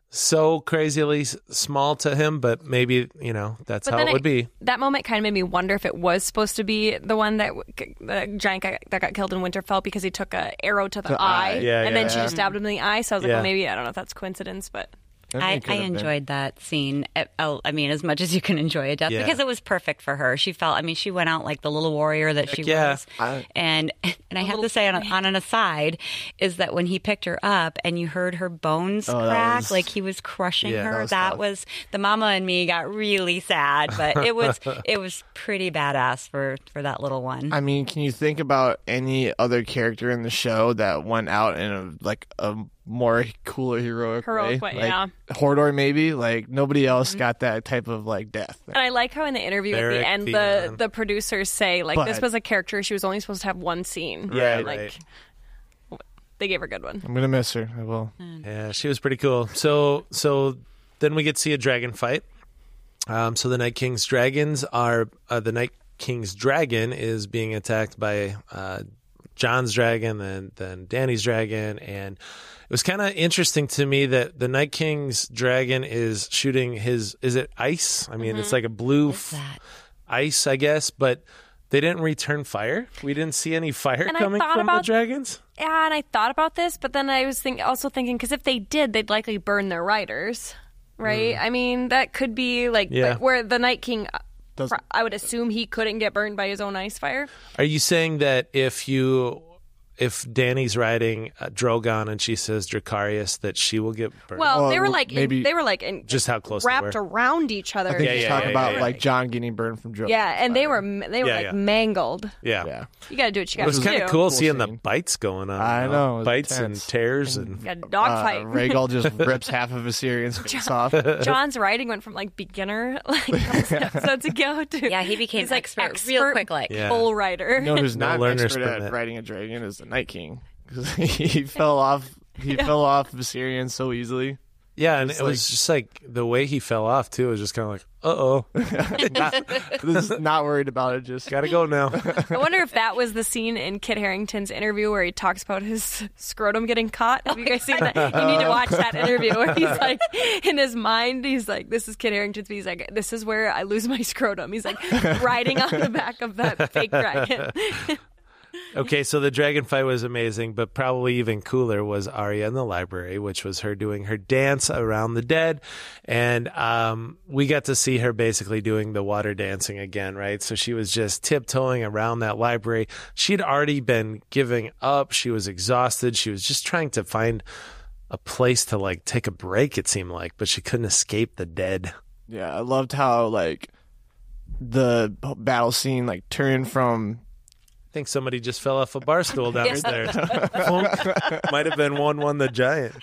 S1: so crazily s- small to him, but maybe you know that's how
S2: then
S1: it would be.
S2: That moment kind of made me wonder if it was supposed to be the one that w- the giant guy that got killed in Winterfell because he took a arrow to the, eye,
S3: eye.
S1: Yeah,
S2: and
S1: yeah,
S2: then she
S1: yeah.
S2: just stabbed him in the eye. So I was like,
S1: Yeah.
S2: well, maybe I don't know if that's coincidence, but
S4: I,
S3: think it
S4: I
S3: could have been.
S4: enjoyed that scene. I, I'll- I mean, as much as you can enjoy a death,
S1: Yeah.
S4: because it was perfect for her. She felt. I mean, she went out like the little warrior that she
S1: yeah.
S4: was. and and I have to say, on, a- on an aside, is that when he picked her up and you heard her bones
S3: Oh, that
S4: crack,
S3: was-
S4: like he was crushing
S1: Yeah,
S4: her.
S3: that
S4: That,
S3: was
S4: was,
S3: tough.
S4: the mama and me got really sad, but it was it was pretty badass for for that little one.
S3: I mean, can you think about any other character in the show that went out in a like a more cooler heroic,
S2: Heroic way,
S3: Like,
S2: yeah.
S3: Hordor maybe. Like nobody else got that type of like death.
S2: And I like how in the interview at
S1: Beric
S2: the end, the
S1: Theon.
S2: the producers say like this
S3: But-
S2: was a character she was only supposed to have one scene.
S1: Yeah,
S2: like
S1: right.
S2: they gave her a good one.
S3: I'm gonna miss her. I will.
S1: Yeah, she was pretty cool. So so then we get to see a dragon fight. Um, so the Night King's dragons are uh, the Night King's dragon is being attacked by uh, John's dragon, then then Danny's dragon, and it was kind of interesting to me that the Night King's dragon is shooting his is it ice? I mean, it's
S2: Mm-hmm.
S1: like a blue f- ice, I guess, but. They didn't return fire. We didn't see any fire
S2: And I
S1: coming
S2: thought
S1: from the
S2: about-
S1: dragons.
S2: Yeah, and I thought about this, but then I was think also thinking because if they did, they'd likely burn their riders, right? I mean, that could be like
S1: Mm. Yeah.
S2: but where the Night King. uh,
S3: Doesn't-
S2: pro- I would assume he couldn't get burned by his own ice fire.
S1: Are you saying that if you if Danny's riding uh, Drogon and she says Dracarius that she will get burned?
S2: Well,
S3: Well,
S2: they were like in-
S3: maybe-
S2: they were like in,
S1: just how close
S2: wrapped
S1: they were.
S2: around each other.
S3: They
S1: Yeah,
S3: just
S1: yeah,
S3: talk
S1: yeah,
S3: about
S1: yeah,
S3: like John getting burned from Joe.
S2: Yeah, and they were they were
S1: Yeah,
S2: like
S1: yeah.
S2: mangled.
S1: yeah.
S3: Yeah.
S2: You got to do what you
S1: It
S2: got
S1: was
S2: to do.
S1: kind of cool seeing the
S3: scene.
S1: bites going on.
S3: I
S1: you
S3: know, it was
S1: bites and
S3: tense.
S1: tears and
S2: Got a dog
S3: Uh,
S2: fight.
S3: Rhaegal just rips half of Assyrian's face off.
S2: John's writing went from like beginner like so to go to
S4: Yeah, he became
S2: he's like
S4: expert real quick, like.
S1: Yeah.
S2: bull rider.
S3: You know who's
S1: No
S3: not an
S1: learner's
S3: expert at
S1: permit.
S3: riding a dragon is the Night King. 'Cause he fell off. He fell off Viserion so easily.
S1: yeah, and it was just like the way he fell off too. It was just kind of like, uh oh,
S3: This is not worried about it. Just
S1: gotta go now.
S2: I wonder if that was the scene in Kit Harrington's interview where he talks about his scrotum getting caught. Have you guys seen that? You need to watch that interview where he's like, in his mind, he's like, "This is Kit Harrington's." He's like, "This is where I lose my scrotum." He's like riding on the back of that fake dragon.
S1: Okay, so the dragon fight was amazing, but probably even cooler was Arya in the library, which was her doing her dance around the dead, and um, we got to see her basically doing the water dancing again, right? So she was just tiptoeing around that library. She'd already been giving up. She was exhausted. She was just trying to find a place to like take a break. It seemed like, but she couldn't escape the dead.
S3: Yeah, I loved how like the battle scene like turned from
S1: I think somebody just fell off a bar stool downstairs. Flunk. Might have been one one the giant.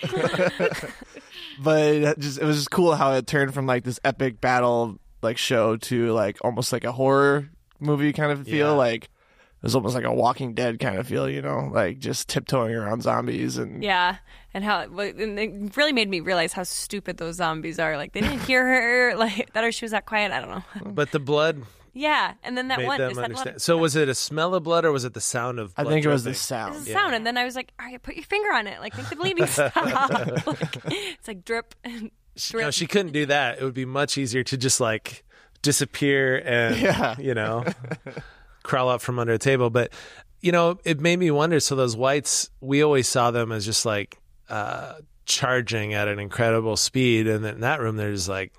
S3: but it just it was just cool how it turned from like this epic battle like show to like almost like a horror movie kind of feel
S1: Yeah.
S3: like it was almost like a Walking Dead kind of feel, you know, like just tiptoeing around zombies and
S2: Yeah, and how and it really made me realize how stupid those zombies are. Like they didn't hear her, like that her she was that quiet. I don't know.
S1: But the blood
S2: Yeah, and then that
S1: made
S2: one
S1: them
S2: is that one.
S1: understand. So was it a smell of blood or was it the sound of
S3: I
S1: blood?
S3: think it was the
S1: dripping?
S2: This
S3: sound.
S2: is a sound, and then I was like, "All right, put your finger on it. Like, make the bleeding stop." like, it's like drip. and
S1: She-
S2: drip.
S1: No, she couldn't do that. It would be much easier to just like disappear and
S3: Yeah.
S1: you know crawl out from under a table. But you know, it made me wonder. So those whites, we always saw them as just like uh, charging at an incredible speed, and in that room, they're just like.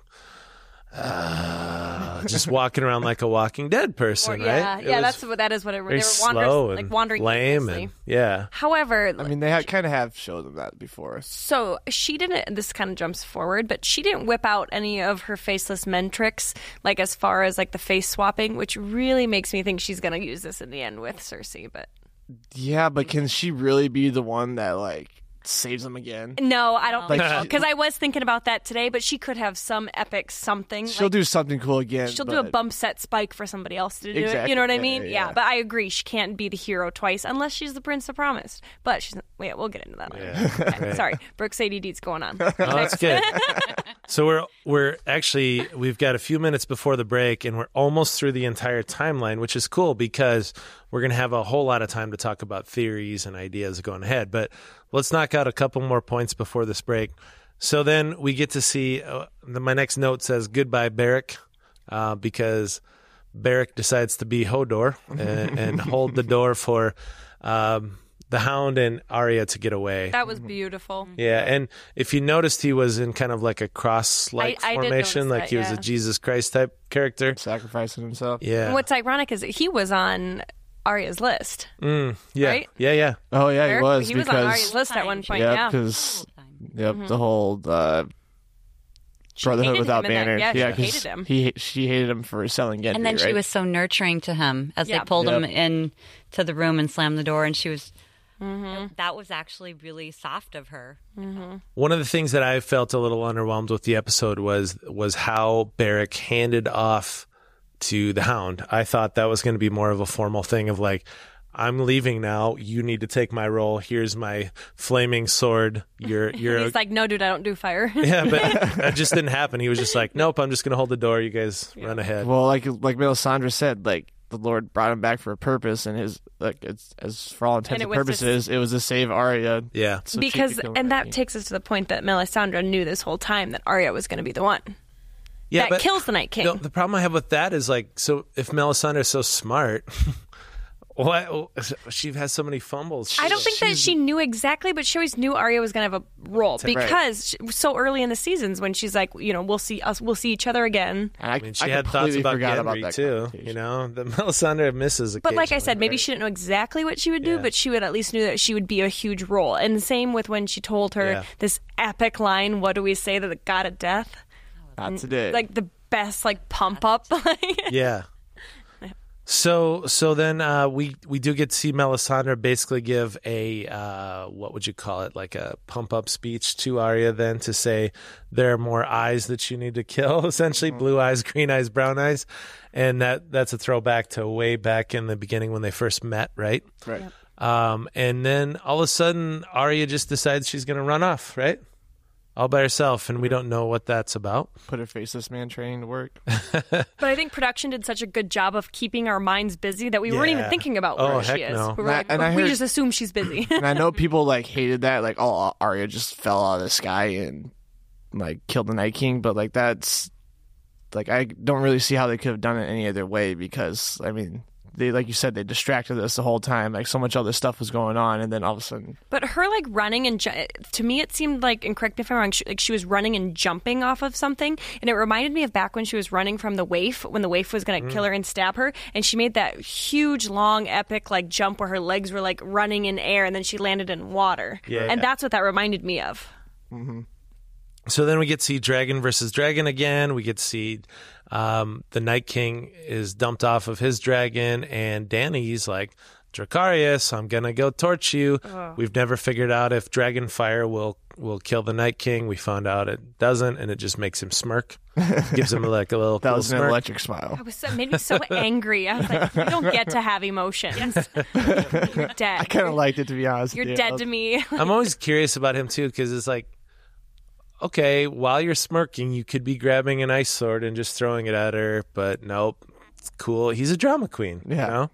S1: Uh, just walking around like a Walking Dead person,
S2: Or- yeah,
S1: right? It
S2: yeah,
S1: was
S2: that's what that is. What it, they
S1: very
S2: were wandering,
S1: slow and
S2: like wandering
S1: lame,
S2: aimlessly.
S1: and yeah,
S2: However,
S3: I mean they had kind of have showed them that before.
S2: So she didn't. and This kind of jumps forward, but she didn't whip out any of her faceless men tricks, like as far as like the face swapping, which really makes me think she's gonna use this in the end with Cersei. But
S3: Yeah, but can she really be the one that like saves them again?
S2: no, I don't
S3: Like,
S2: think because I was thinking about that today. But she could have some epic something.
S3: She'll
S2: like,
S3: do something cool again.
S2: She'll do a
S3: but-
S2: bump set spike for somebody else to do it.
S3: Exactly.
S2: You know what I
S3: Yeah,
S2: mean?
S3: yeah,
S2: Yeah,
S3: yeah.
S2: But I agree, she can't be the hero twice unless she's the Prince of Promise. But she's. Yeah, we'll get into that. Later. Okay,
S1: right.
S2: Sorry, Brooks ADD's going on.
S1: Oh, that's good. so we're we're actually we've got a few minutes before the break, and we're almost through the entire timeline, which is cool because we're gonna have a whole lot of time to talk about theories and ideas going ahead. But let's knock out a couple more points before this break. So then we get to see. Uh, the, my next note says goodbye, Barrick, uh, because Barrick decides to be Hodor and, and hold the door for. Um, the Hound and Arya to get away.
S2: That was beautiful.
S1: Yeah, and if you noticed, he was in kind of like a cross-like
S2: I- I did
S1: formation,
S2: notice
S1: like
S2: that,
S1: he was a
S2: yeah.
S1: Jesus Christ type character.
S3: sacrificing himself.
S1: Yeah,
S2: And What's ironic is that he was on Arya's list.
S1: yeah,
S2: right?
S1: yeah, yeah.
S3: Oh yeah, he was
S2: he was
S3: because
S2: on Arya's list at one point.
S3: yeah,
S2: Yeah,
S3: because yep, the whole uh,
S2: She hated
S3: Brotherhood
S2: him
S3: without
S2: in that-
S3: Banner.
S2: Yeah, she
S3: 'cause
S2: hated him.
S3: He she hated him for selling Gendry.
S4: And then she
S3: right?
S4: was so nurturing to him as
S2: Yeah.
S4: they pulled him
S3: Yep.
S4: in to the room and slammed the door. And she was,
S2: Mm-hmm.
S4: that was actually really soft of her.
S1: One of the things that I felt a little underwhelmed with the episode was was how Barrick handed off to the Hound. I thought that was going to be more of a formal thing of like, I'm leaving now. You need to take my role. Here's my flaming sword. You're you're
S2: He's like, no, dude, I don't do fire.
S1: yeah, but that just didn't happen. He was just like, nope. I'm just going to hold the door. You guys run ahead.
S3: well, like like Melisandre said, like the Lord brought him back for a purpose, and his like it's as for all
S2: it
S3: intents and,
S2: was to s-
S3: purposes, it was to save Arya.
S1: yeah.
S3: so she
S2: because,
S3: could go
S2: and that
S3: back.
S2: takes us to the point that Melisandre knew this whole time that Arya was going to be the one.
S1: Yeah,
S2: that
S1: but-
S2: kills the Night King.
S1: No, the problem I have with that is like, so if Melisandre is so smart, why oh, she has so many fumbles?
S2: I don't think that she knew exactly, but she always knew Arya was going to have a role because she- so early in the seasons when she's like, you know, we'll see us, we'll see each other again.
S3: And I,
S1: I mean, she
S3: I
S1: had thoughts
S3: completely
S1: about
S3: forgot
S1: Gendry
S3: about that
S1: too.
S3: conversation.
S1: You know, the Melisandre misses.
S2: But like I
S1: occasionally,
S2: said, maybe
S1: right?
S2: she didn't know exactly what she would do,
S1: Yeah.
S2: but she would at least knew that she would be a huge role. And same with when she told her
S1: Yeah.
S2: this epic line, "What do we say to the god of death?"
S3: not today.
S2: Like the best, like pump up. Like,
S1: Yeah. So so then uh, we we do get to see Melisandre basically give a uh, what would you call it like a pump up speech to Arya then to say there are more eyes that you need to kill essentially blue eyes green eyes brown eyes and that that's a throwback to way back in the beginning when they first met right
S3: right.
S1: um, and then all of a sudden Arya just decides she's gonna run off right all by herself and we don't know what that's about
S3: Put her faceless man train to work.
S2: but I think production did such a good job of keeping our minds busy that we weren't even
S1: Yeah.
S2: thinking about
S1: Oh,
S2: where
S1: heck
S2: she is.
S1: no.
S2: We, were
S3: And I-
S2: like,
S3: and I
S2: we
S3: heard-
S2: just assume she's busy.
S3: and I know people like hated that, like oh Arya just fell out of the sky and like killed the Night King, but like that's like I don't really see how they could have done it any other way because I mean they like you said they distracted us the whole time. Like so much other stuff was going on, and then all of a sudden,
S2: But her like running and ju- to me it seemed like and correct me if I'm wrong. She, like she was running and jumping off of something, and it reminded me of back when she was running from the waif when the waif was going to kill her and stab her, and she made that huge long epic like jump where her legs were like running in air, and then she landed in water.
S1: Yeah.
S2: and that's what that reminded me of.
S1: So then we get to see Dragon versus Dragon again. We get to see um, the Night King is dumped off of his dragon, and Danny's like, Dracarius, I'm gonna go torch you. We've never figured out if dragon fire will will kill the Night King. We found out it doesn't, and it just makes him smirk, gives him like a little.
S3: that
S1: cool
S3: was an
S1: smirk.
S3: electric smile.
S2: It was so, made me so angry. I was like, you don't get to have emotions. You're dead.
S3: I kind of liked it to be honest.
S2: You're
S3: with you.
S2: dead to me.
S1: I'm always curious about him too, because it's like, okay, while you're smirking, you could be grabbing an ice sword and just throwing it at her, but nope. It's cool. He's a drama queen.
S3: Yeah.
S1: You know?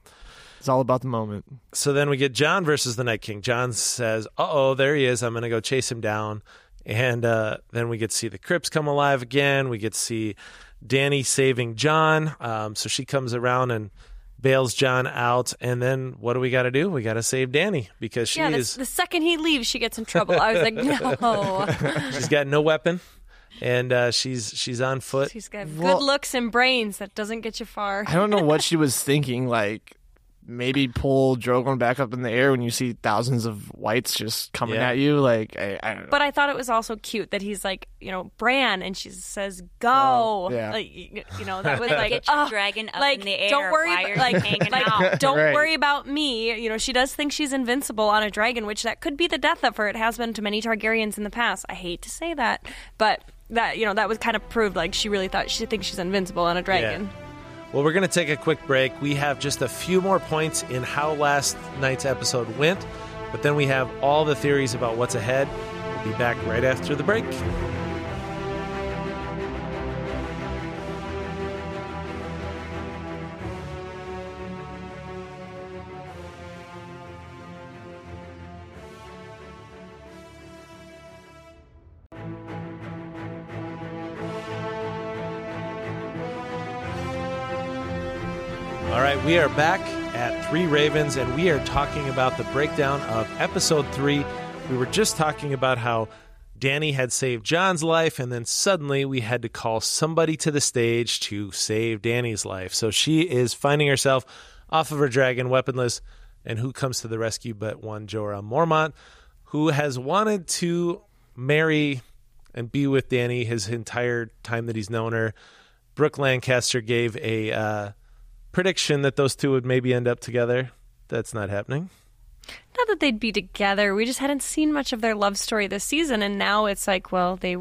S3: It's all about the moment.
S1: So then we get John versus the Night King. John says, "Uh oh, there he is. I'm going to go chase him down." And uh, then we get to see the Crips come alive again. We get to see Danny saving John. Um, so she comes around and bails John out. And then what do we got to do? We got to save Danny because she
S2: yeah,
S1: is
S2: the, the second he leaves, she gets in trouble. I was like, no.
S1: she's got no weapon, and uh, she's she's on foot.
S2: She's got
S3: Well-
S2: good looks and brains. That doesn't get you far.
S3: I don't know what she was thinking. Like maybe pull Drogon back up in the air when you see thousands of whites just coming
S1: Yeah.
S3: at you. Like I, I don't know.
S2: But I thought it was also cute that he's like, you know, Bran, and she says, "Go."
S3: Oh, yeah.
S2: Like, y- you know, that was like,
S4: Get your
S2: "Ugh."
S4: dragon up
S2: like
S4: in the air.
S2: don't worry,
S4: Why
S2: about,
S4: are you
S2: like,
S4: hanging
S2: like,
S4: out?
S2: don't
S3: Right.
S2: worry about me. You know, she does think she's invincible on a dragon, which that could be the death of her. It has been to many Targaryens in the past. I hate to say that, but that you know that was kind of proved. Like she really thought she thinks she's invincible on a dragon.
S1: Well, we're going to take a quick break. We have just a few more points in how last night's episode went, but then we have all the theories about what's ahead. We'll be back right after the break. All right, we are back at Three Ravens, and we are talking about the breakdown of episode three. We were just talking about how Danny had saved John's life, and then suddenly we had to call somebody to the stage to save Danny's life. So she is finding herself off of her dragon, weaponless, and who comes to the rescue but one Jorah Mormont, who has wanted to marry and be with Danny his entire time that he's known her. Brooke Lancaster gave a uh, prediction that those two would maybe end up together. That's not happening.
S2: Not that they'd be together. We just hadn't seen much of their love story this season, and now it's like, well, they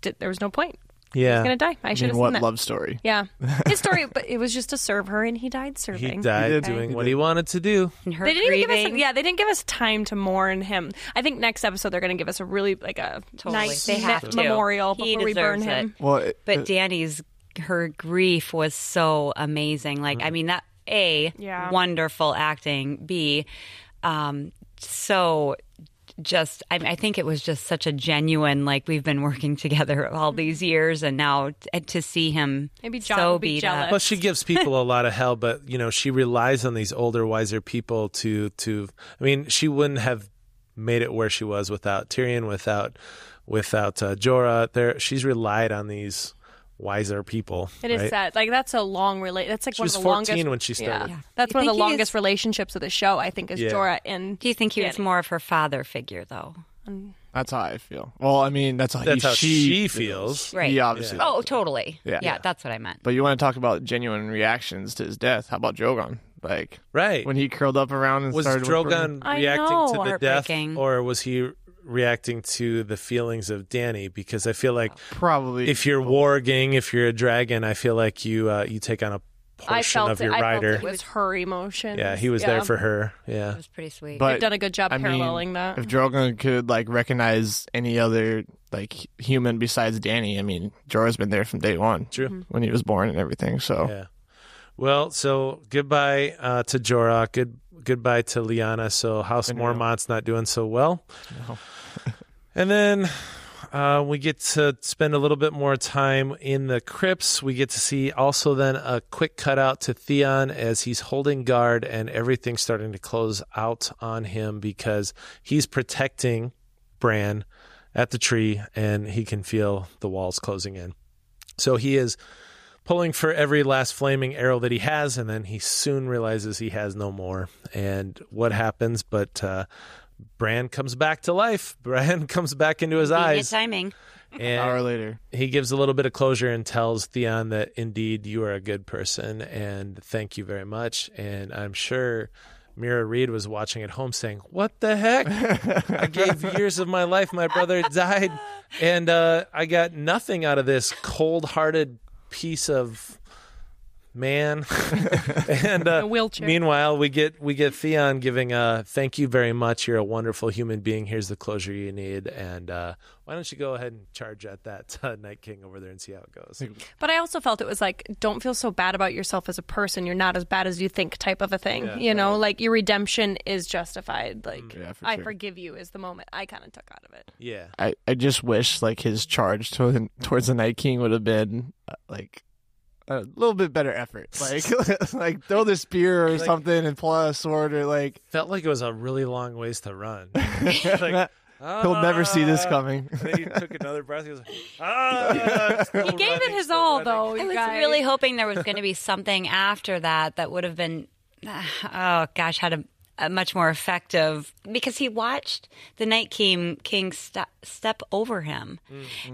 S2: did, there was no point. He's
S1: Yeah.
S2: gonna die. I
S3: I
S2: should
S3: mean,
S2: have
S3: what
S2: seen that.
S3: love story?
S2: Yeah, his story, but it was just to serve her, and he died serving.
S1: He died
S3: did.
S1: doing
S3: He
S1: what
S3: did.
S1: he wanted to do.
S4: And her
S2: They didn't even give us
S4: grieving.
S2: yeah, they didn't give us time to mourn him. I think next episode they're going to give us a really like a
S4: Totally.
S2: nice
S4: They have
S2: me-
S4: to.
S2: memorial
S4: He
S2: before we burn
S4: deserves
S2: him.
S3: Well, it-
S4: But Danny's her grief was so amazing. Like
S3: Mm-hmm.
S4: I mean that a
S2: Yeah.
S4: wonderful acting. B um, so just I, I think it was just such a genuine like we've been working together all these years and now t- to see him
S2: Maybe John
S4: so
S2: will Mm-hmm. be
S4: beat
S2: jealous.
S4: up.
S1: Plus, she gives people a lot of hell, but you know she relies on these older, wiser people to to. I mean, she wouldn't have made it where she was without Tyrion, without without uh, Jorah. There, she's relied on these wiser people.
S2: It is
S1: right?
S2: sad. Like that's a long relate. That's like
S1: She
S2: one
S1: was
S2: of the
S1: 14
S2: longest.
S1: when she started.
S2: Yeah. That's
S4: You
S2: one of the
S4: think he is-
S2: longest relationships of the show. I think is
S1: Yeah.
S2: Jorah and
S4: Do you think he was more of her father figure though?
S3: that's how I feel. Well, I mean, that's how,
S1: That's
S3: he,
S1: how
S3: she,
S1: she feels.
S4: Right.
S3: He obviously.
S4: Oh, totally.
S3: Yeah.
S4: yeah,
S3: Yeah.
S4: that's what I meant.
S3: But you want to talk about genuine reactions to his death? How about Drogon? Like
S1: Right.
S3: when he curled up around and
S1: was
S3: started whimpering.
S1: Drogon
S2: I
S1: reacting
S2: know.
S1: to the death,
S4: Heartbreaking.
S1: or was he reacting to the feelings of Danny? Because I feel like
S3: probably
S1: if you're warging, if you're a dragon, I feel like you uh, you take on a portion
S2: I felt
S1: of
S2: it.
S1: your
S2: I felt
S1: rider.
S2: it was her emotions.
S1: yeah, he was there for her. Yeah,
S4: It was pretty sweet.
S3: but
S2: They've done a good job
S3: I mean,
S2: paralleling that.
S3: If Drogon could like recognize any other like human besides Danny, I mean, Jorah's been there from day one.
S2: Mm-hmm.
S1: True.
S3: When he was born and everything. So
S1: yeah. Well, so goodbye uh, to Jorah. Good goodbye to Liana. So House Mormont's not doing so well. and then Uh, we get to spend a little bit more time in the crypts. We get to see also then a quick cutout to Theon as he's holding guard and everything's starting to close out on him because he's protecting Bran at the tree and he can feel the walls closing in. So he is pulling for every last flaming arrow that he has, and then he soon realizes he has no more. And what happens? But uh, Bran comes back to life. Bran comes back into his
S4: Convenient
S1: eyes,
S4: timing.
S3: An hour
S1: and
S3: later.
S1: he gives a little bit of closure and tells Theon that indeed you are a good person, and thank you very much. And I'm sure. Mira Reed was watching at home saying, What the heck? I gave years of my life. My brother died. And uh, I got nothing out of this cold hearted piece of man. and uh,
S2: A wheelchair.
S1: meanwhile, we get we get Theon giving a thank you very much. You're a wonderful human being. Here's the closure you need. And uh, why don't you go ahead and charge at that uh, Night King over there and see how it goes?
S2: But I also felt it was like, don't feel so bad about yourself as a person. You're not as bad as you think, type of a thing. you know, like your redemption is justified. Like,
S3: Mm, Yeah, for
S2: I
S3: sure.
S2: forgive you is the moment I kind of took out of it.
S1: Yeah.
S3: I, I just wish like his charge to, towards the Night King would have been uh, like a little bit better effort. Like like throw the spear or something and pull out a sword or like
S1: Felt like it was a really long ways to run. Like,
S3: he'll never see this
S1: "Ah."
S3: coming.
S1: And then he took another breath. He was like, ah.
S2: He gave it his all, though.
S4: I
S2: Oh, you
S4: was
S2: guys.
S4: really hoping there was going to be something after that that would have been, oh gosh, had a, a much more effective because he watched the Night King King ste- step over him,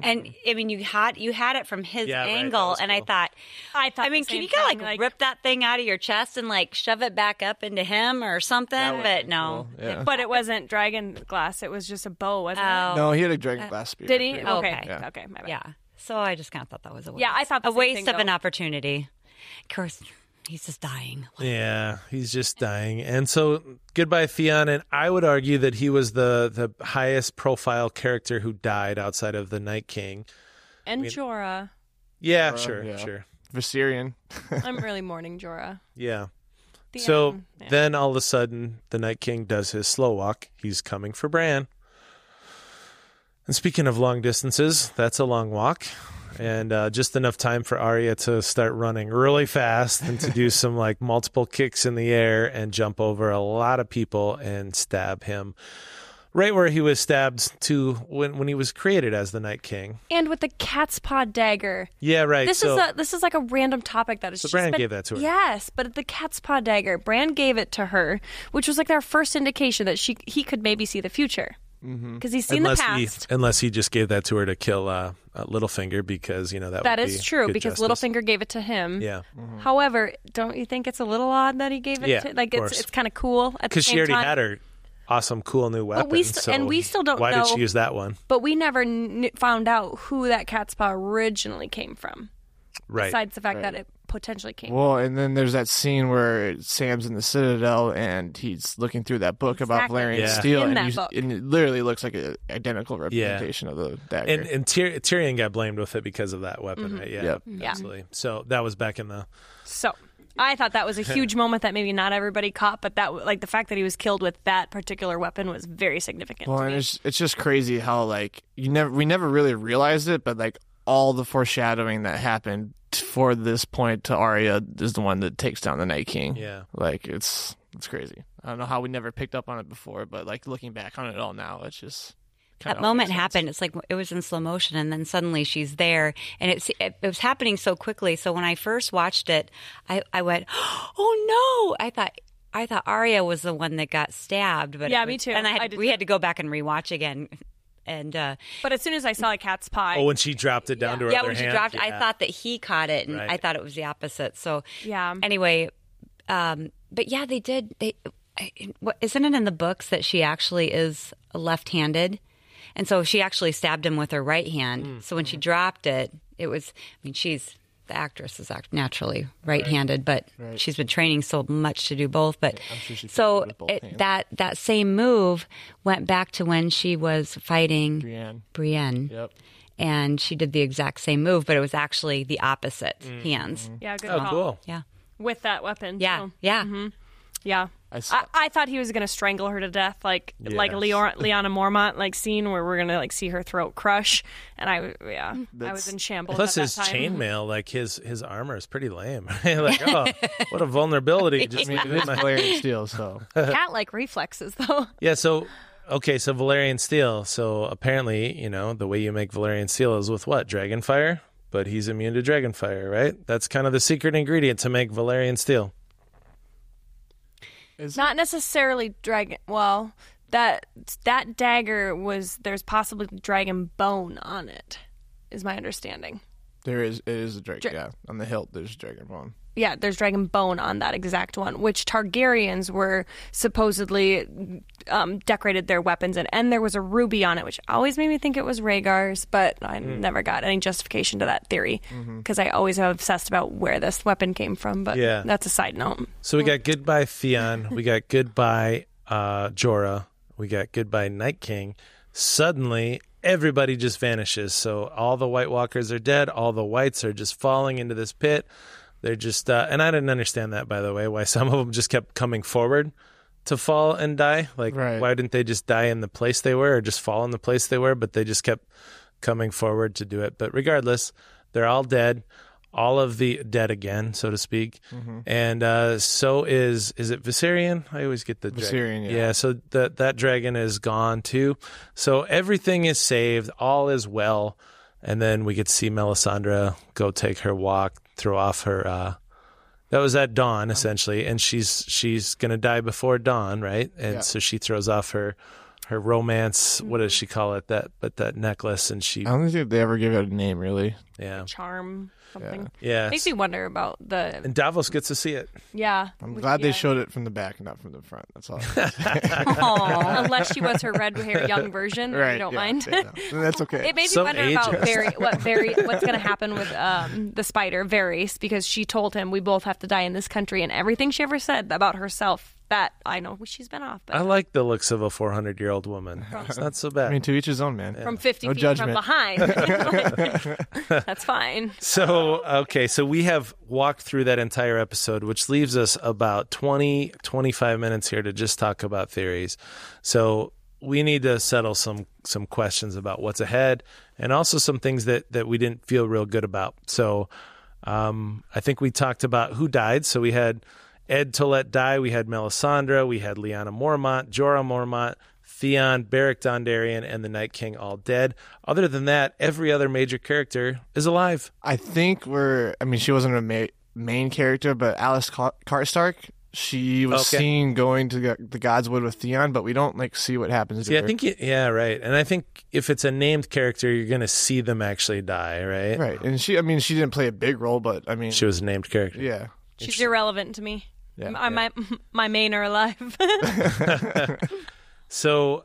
S4: and I mean you had you had it from his
S1: Yeah, right, that
S4: angle,
S1: was
S4: and I
S1: cool.
S4: thought.
S2: I thought.
S4: I mean,
S2: the
S4: can
S2: same
S4: you kind of
S2: thing,
S4: like, rip that thing out of your chest and like shove it back up into him or something? But no,
S3: Yeah.
S2: But it wasn't dragon glass. It was just a bow, wasn't
S4: Oh.
S3: No, he had a dragon glass spear.
S2: it? Uh, Did he?
S3: Yeah.
S2: Okay.
S4: Okay.
S2: Okay.
S4: Yeah.
S2: my bad.
S4: yeah. So I just kind of thought that was a waste.
S2: Yeah, I thought the
S4: a
S2: same
S4: waste
S2: thing,
S4: of an
S2: though.
S4: opportunity. Of course, he's just dying.
S1: Yeah, he's just dying. And so goodbye Theon and I would argue that he was the the highest profile character who died outside of the Night King.
S2: And Jorah.
S1: Yeah, sure,
S3: yeah.
S1: sure.
S3: Viserion.
S2: I'm really mourning Jorah.
S1: Yeah.
S2: The
S1: so
S2: end. Yeah.
S1: then all of a sudden the Night King does his slow walk. He's coming for Bran. And speaking of long distances, that's a long walk. And uh, just enough time for Arya to start running really fast and to do some like multiple kicks in the air and jump over a lot of people and stab him right where he was stabbed to when, when he was created as the Night King.
S2: and with the cat's paw dagger.
S1: Yeah, right.
S2: This
S1: so,
S2: is a, this is like a random topic that is. just
S1: Bran
S2: been-
S1: gave that to her.
S2: Yes, but the cat's paw dagger. Bran gave it to her, which was like their first indication that she he could maybe see the future because he's seen
S1: Mm-hmm. unless
S2: the past.
S1: he unless he just gave that to her to kill uh, uh, Littlefinger because you know that
S2: that
S1: would
S2: is
S1: be
S2: true
S1: good
S2: because
S1: justice.
S2: Littlefinger gave it to him.
S1: Yeah,
S2: However, don't you think it's a little odd that he gave it
S1: Yeah,
S2: to like
S1: of
S2: it's
S1: course.
S2: it's kind of cool at the
S1: because she
S2: same
S1: already
S2: time.
S1: had her awesome, cool new weapon.
S2: we st-
S1: so
S2: and we still don't
S1: Why did
S2: know-
S1: she use that one?
S2: But we never kn- found out who that cat's paw originally came from,
S1: Right.
S2: besides the fact that it potentially came.
S3: Well, and then there's that scene where Sam's in the Citadel and he's looking through that book about
S2: Exactly.
S3: Valerian
S1: Yeah.
S3: Steel,
S2: In
S3: and,
S2: that
S3: you-
S2: book.
S3: and it literally looks like an identical representation of the dagger.
S1: and and Tyr- Tyrion got blamed with it because of that weapon, right? Yeah,
S3: Yep.
S2: Mm-hmm. Yeah.
S1: absolutely. So that was back in the
S2: So I thought that was a huge moment that maybe not everybody caught, but that like the fact that he was killed with that particular weapon was very significant.
S3: Well,
S2: to
S3: and
S2: me.
S3: it's it's just crazy how like you never we never really realized it, but like all the foreshadowing that happened t- for this point to Arya is the one that takes down the Night King.
S1: Yeah.
S3: like it's it's crazy. I don't know how we never picked up on it before, but like looking back on it all now, it's just kinda
S4: that
S3: all
S4: moment
S3: makes sense.
S4: happened. It's like it was in slow motion, and then suddenly she's there, and it's it, it was happening so quickly. So when I first watched it, I, I went, "Oh no!" I thought I thought Arya was the one that got stabbed, but
S2: Yeah,
S4: it
S2: me
S4: was-
S2: too.
S4: And I had,
S2: I did
S4: we had to go back and rewatch again, and uh,
S2: but as soon as I saw a cat's pie,
S1: oh, when she dropped it down to her
S4: yeah,
S1: other
S4: when she
S1: hand.
S4: dropped, I
S1: Yeah.
S4: thought that he caught it, and
S1: Right.
S4: I thought it was the opposite. So
S2: yeah,
S4: anyway, um, but yeah, they did. They I- what- isn't it in the books that she actually is left-handed, and so she actually stabbed him with her right hand. So when she dropped it, it was. I mean, she's the actress is act- naturally right-handed, but she's been training so much to do both. But so it, that that same move went back to when she was fighting
S3: Brienne.
S4: Brienne.
S3: Yep.
S4: And she did the exact same move, but it was actually the opposite hands.
S2: yeah, good
S1: Oh,
S2: call.
S1: cool.
S4: Yeah.
S2: With that weapon,
S4: Yeah.
S2: too.
S4: Yeah.
S2: yeah.
S3: I s-
S2: I, I thought he was gonna strangle her to death, like like
S1: Yes.
S2: Leon, Leanna Mormont, like scene where we're gonna like see her throat crush, and I yeah, I was
S3: That's-
S2: in shambles.
S1: Plus
S2: at
S1: his
S2: that time.
S1: chainmail, like his his armor is pretty lame. like, oh, what a vulnerability!
S3: I
S1: Just
S3: mean, it
S1: made
S3: is
S1: my-
S3: Valerian Steel, so
S2: cat like reflexes though.
S1: yeah. So okay, so Valerian steel. So apparently, you know, the way you make Valerian steel is with what dragon fire. But he's immune to dragon fire, right? That's kind of the secret ingredient to make Valerian steel.
S2: Not necessarily dragon. Well, that that dagger was there's possibly dragon bone on it, is my understanding.
S3: there is it is a dragon. yeah, on the hilt there's a dragon bone.
S2: Yeah, there's dragon bone on that exact one, which Targaryens were supposedly um, decorated their weapons in, and there was a ruby on it, which always made me think it was Rhaegar's, but I
S1: Hmm.
S2: never got any justification to that theory
S1: Mm-hmm.
S2: because I always am obsessed about where this weapon came from. But
S1: Yeah.
S2: that's a side note.
S1: So we got goodbye Theon, we got goodbye uh, Jorah, we got goodbye Night King. Suddenly, everybody just vanishes. So all the White Walkers are dead. All the Whites are just falling into this pit. They're just, uh, and I didn't understand that by the way. Why some of them just kept coming forward to fall and die? Like,
S3: Right.
S1: why didn't they just die in the place they were, or just fall in the place they were? But they just kept coming forward to do it. But regardless, they're all dead, all of the dead again, so to speak.
S3: Mm-hmm.
S1: And uh, so is is it Viserion? I always get the dragon.
S3: Viserion, yeah.
S1: So that that dragon is gone too. So everything is saved. All is well. And then we get to see Melisandre go take her walk, throw off her. Uh, that was at dawn essentially, and she's she's gonna die before dawn, right? And
S3: Yeah.
S1: so she throws off her her romance. What does she call it? That but that necklace, and she
S3: I don't think they ever give it a name really.
S1: yeah
S2: Charm, something.
S1: yeah.
S2: Makes me wonder about the
S1: And Davos gets to see it.
S2: Yeah.
S3: I'm
S2: With-
S3: glad they
S2: yeah.
S3: showed it from the back, and not from the front. That's all.
S4: Aw.
S2: Unless she was her red hair young version, I
S3: right.
S2: don't
S3: yeah,
S2: mind.
S3: yeah, no. That's okay.
S2: It made me
S1: Some
S2: wonder about
S1: ages.
S2: Barry, what Barry, what's going to happen with um, the spider Varys because she told him we both have to die in this country, and everything she ever said about herself that I know she's been off, but
S3: Oh,
S1: I like the looks of a 400 year old woman. It's not so bad.
S3: I mean, to each his own, man.
S2: from fifty
S3: No
S2: feet
S3: judgment.
S2: from behind, that's fine.
S1: so okay so we have walked through that entire episode which leaves us about 20 25 minutes here to just talk about theories so we need to settle some some questions about what's ahead and also some things that that we didn't feel real good about so um i think we talked about who died so we had ed Tollet die we had melisandre we had liana mormont jorah mormont Theon, Beric Dondarrion, and the Night King all dead. Other than that, every other major character is alive.
S3: I think we're. I mean, she wasn't a ma- main character, but Alice Car- Karstark. She was
S1: Okay.
S3: seen going to the, the Godswood with Theon, but we don't like see what happens. to
S1: Yeah, I
S3: her.
S1: think you, yeah, right. And I think if it's a named character, you're going to see them actually die, right?
S3: Right, and she. I mean, she didn't play a big role, but I mean,
S1: She was a named character.
S3: yeah.
S2: She's irrelevant to me.
S3: Yeah.
S2: my, my my main are alive.
S1: So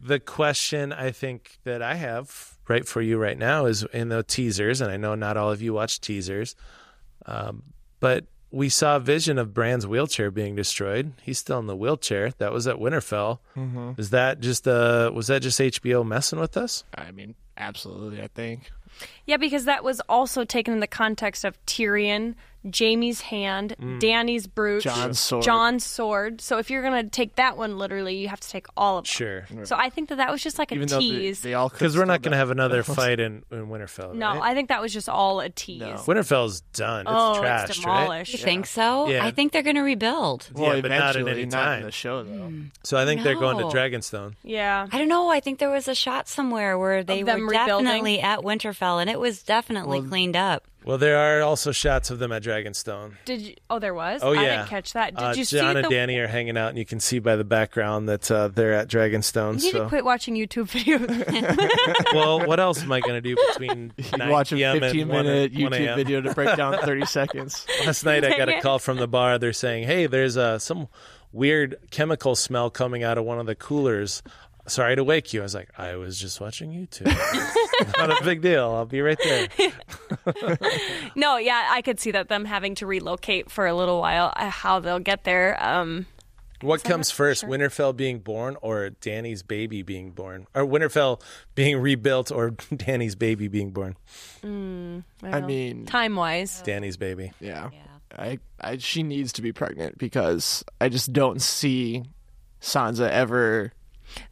S1: the question I think that I have right for you right now is in the teasers, and I know not all of you watch teasers, um, but we saw a vision of Brand's wheelchair being destroyed. He's still in the wheelchair. That was at Winterfell. Is that just uh was that just HBO messing with us?
S3: I mean, absolutely. I think.
S2: Yeah, because that was also taken in the context of Tyrion, Jamie's hand,
S1: Mm.
S2: Danny's brooch,
S3: Jon's sword.
S2: Jon's sword. So if you're gonna take that one literally, you have to take all of them.
S1: Sure.
S2: So I think that that was just like a
S3: Even though they,
S2: tease.
S3: they all
S1: Because we're not going to have another fight in, in Winterfell.
S2: no,
S1: right?
S2: I think that was just all a tease.
S1: Winterfell's done. It's
S2: Oh,
S1: trashed,
S2: it's
S1: right?
S2: demolished.
S4: You think so?
S1: Yeah.
S4: I think they're going to rebuild.
S3: Well,
S1: Yeah, but not at
S3: eventually,
S1: any
S3: not
S1: time.
S3: in the show though.
S2: Hmm.
S1: So I think they're going to
S4: No.
S1: Dragonstone.
S2: Yeah.
S4: I don't know. I think there was a shot somewhere where they
S2: them
S4: were
S2: rebuilding?
S4: definitely at Winterfell, and it was definitely cleaned up.
S1: Well, there are also shots of them at Dragonstone.
S2: Did you? Oh, there was.
S1: Oh yeah,
S2: I didn't catch that. Did
S1: Uh,
S2: you see
S1: John and
S2: the?
S1: Danny are hanging out, and you can see by the background that uh, they're at Dragonstone.
S2: you need to
S1: So,
S2: quit watching YouTube videos.
S1: well, what else am I going to do between
S3: You
S1: 9
S3: watch a
S1: p.m. and 1
S3: 15 minute
S1: and 1
S3: YouTube
S1: a.m.?
S3: video to break down 30 seconds.
S1: Last night I got a call from the bar. They're saying, "Hey, there's uh, some weird chemical smell coming out of one of the coolers." Sorry to wake you. I was like, I was just watching YouTube. Not a big deal. I'll be right there.
S2: no, yeah, I could see that them having to relocate for a little while. Uh, How they'll get there. Um,
S1: What comes first, Winterfell being born or Danny's baby being born? Or Winterfell being rebuilt or Danny's baby being born?
S3: I mean,
S2: time wise.
S1: Danny's baby.
S3: yeah.
S4: Yeah.
S3: I, I she needs to be pregnant because I just don't see Sansa ever.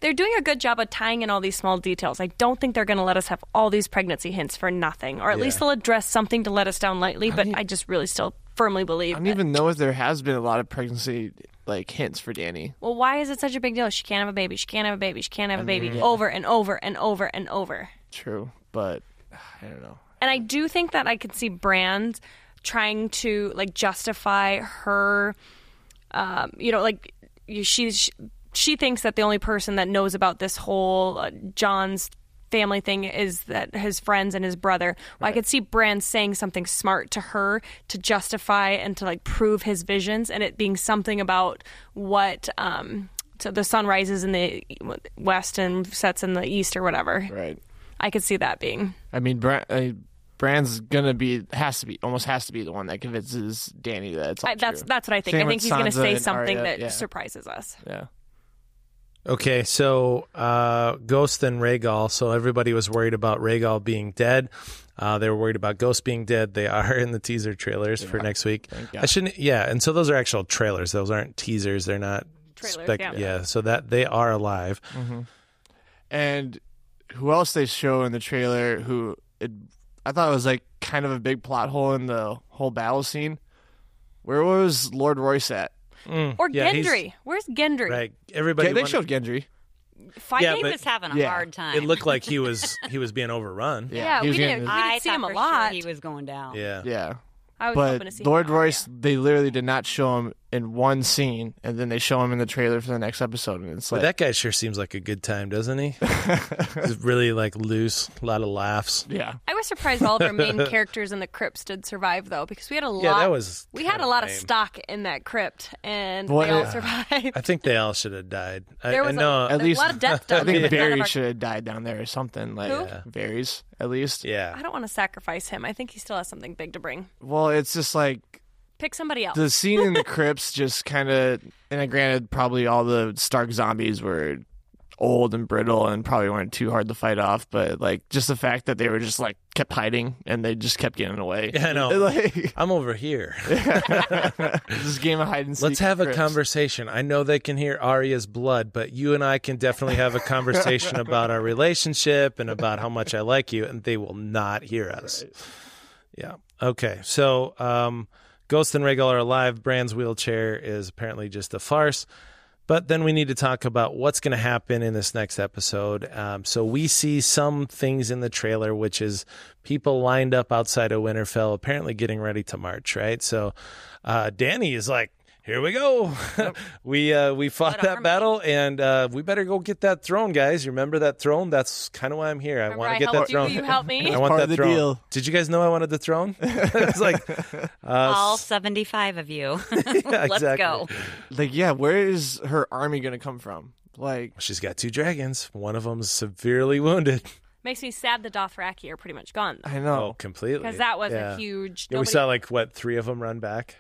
S2: They're doing a good job of tying in all these small details. I don't think they're going to let us have all these pregnancy hints for nothing, or at least they'll address something to let us down lightly. But I just really still firmly believe.
S3: I don't
S2: that-
S3: even know if there has been a lot of pregnancy like hints for Danny.
S2: well, why is it such a big deal? She can't have a baby. She can't have a baby. She can't have a baby. Over and over and over and over.
S3: True, but I don't know.
S2: And I do think that I could see Brand trying to like justify her, um, you know, like you- she's she thinks that the only person that knows about this whole uh, John's family thing is that his friends and his brother. Well, I could see Brand saying something smart to her to justify and to like prove his visions, and it being something about what. Um, so the sun rises in the e, west and sets in the east, or whatever.
S3: Right.
S2: I could see that being.
S3: I mean, Bran, uh, Bran's gonna be has to be almost has to be the one that convinces Danny that it's all
S2: I, that's
S3: true.
S2: that's what I think.
S3: Same
S2: I
S3: with
S2: think he's going to
S3: Sansa
S2: say
S3: and
S2: something
S3: Arya,
S2: that
S3: yeah.
S2: surprises us.
S3: yeah.
S1: Okay, so uh, Ghost and Rhaegal. So everybody was worried about Rhaegal being dead. Uh, they were worried about Ghost being dead. They are in the teaser trailers for next week. I shouldn't. Yeah, and so those are actual trailers. Those aren't teasers. They're not.
S2: Trailers,
S1: spec-
S2: yeah.
S1: So that they are alive.
S3: And who else they show in the trailer? Who it, I thought it was like kind of a big plot hole in the whole battle scene. Where was Lord Royce at?
S2: Or
S1: Yeah, he's-
S2: Gendry. Where's Gendry?
S1: Right. Everybody.
S3: Gen- they
S1: wanted-
S3: showed Gendry.
S2: Fight
S1: Yeah,
S2: him?
S4: He
S1: but-
S4: was having a
S3: Yeah.
S4: hard time.
S1: it looked like he was he was being overrun.
S2: Yeah,
S3: he
S2: we
S3: was
S2: didn't-
S3: getting-
S2: I
S4: I
S2: didn't see
S4: thought
S2: him a
S4: for
S2: lot.
S4: Sure he was going down.
S1: Yeah.
S3: yeah.
S2: I was hoping to
S3: But
S2: see
S3: Lord
S2: him.
S3: Royce, they literally did not show him in one scene, and then they show him in the trailer for the next episode, and it's
S1: But
S3: like
S1: that guy sure seems like a good time, doesn't he? He's really like loose, a lot of laughs.
S3: yeah.
S2: I was surprised all of our main characters in the crypts did survive though, because we had a lot.
S1: Yeah, that was
S2: We had
S1: kinda
S2: a lot of
S1: lame.
S2: stock in that crypt, and
S3: What-
S2: they all
S3: Yeah.
S2: survived.
S1: I think they all should have died. I,
S2: There
S1: I
S2: was a-
S1: know.
S2: There's
S3: At least
S2: a lot of death.
S3: I
S2: done. None
S3: think
S2: of
S3: Barry
S2: our-
S3: should have died down there or something. Like
S2: Who?
S3: yeah. Varys, at least.
S1: yeah.
S2: I don't want to sacrifice him. I think he still has something big to bring.
S3: Well, it's just like
S2: Pick somebody else.
S3: the scene in the crypts just kind of. And I granted, probably all the Stark zombies were old and brittle and probably weren't too hard to fight off. But like, just the fact that they were just like kept hiding and they just kept getting away.
S1: Yeah, I know.
S3: like,
S1: I'm over here.
S3: this game of hide and seek.
S1: Let's have a
S3: crypts.
S1: conversation. I know they can hear Arya's blood, but you and I can definitely have a conversation about our relationship and about how much I like you, and they will not hear us. Yeah. Okay. So, um, Ghost and Regal are alive. Brand's wheelchair is apparently just a farce. But then we need to talk about what's going to happen in this next episode. Um, so we see some things in the trailer, which is people lined up outside of Winterfell, apparently getting ready to march. Right. So uh, Danny is like, "Here we go. we uh, we fought that battle, and uh, we better go get that throne, guys. You remember that throne? That's kind of why I'm here. I
S2: Remember,
S1: want
S2: I
S1: to get that
S2: helped you.
S1: throne.
S2: You helped me.
S1: I want
S3: part
S1: that
S3: of the
S1: throne.
S3: deal.
S1: Did you guys know I wanted the throne? it's like,
S4: All 75 of you.
S1: yeah,
S4: Let's
S1: exactly.
S4: go.
S3: Like, yeah, where is her army going to come from? Like,
S1: She's got two dragons. One of them's severely wounded.
S2: Makes me sad. The Dothraki are pretty much gone
S3: I
S1: Oh,
S3: know.
S1: completely.
S2: because that was
S1: Yeah.
S2: a huge.
S1: Yeah, we
S3: uh,
S2: nobody-
S1: saw like what three of them run back.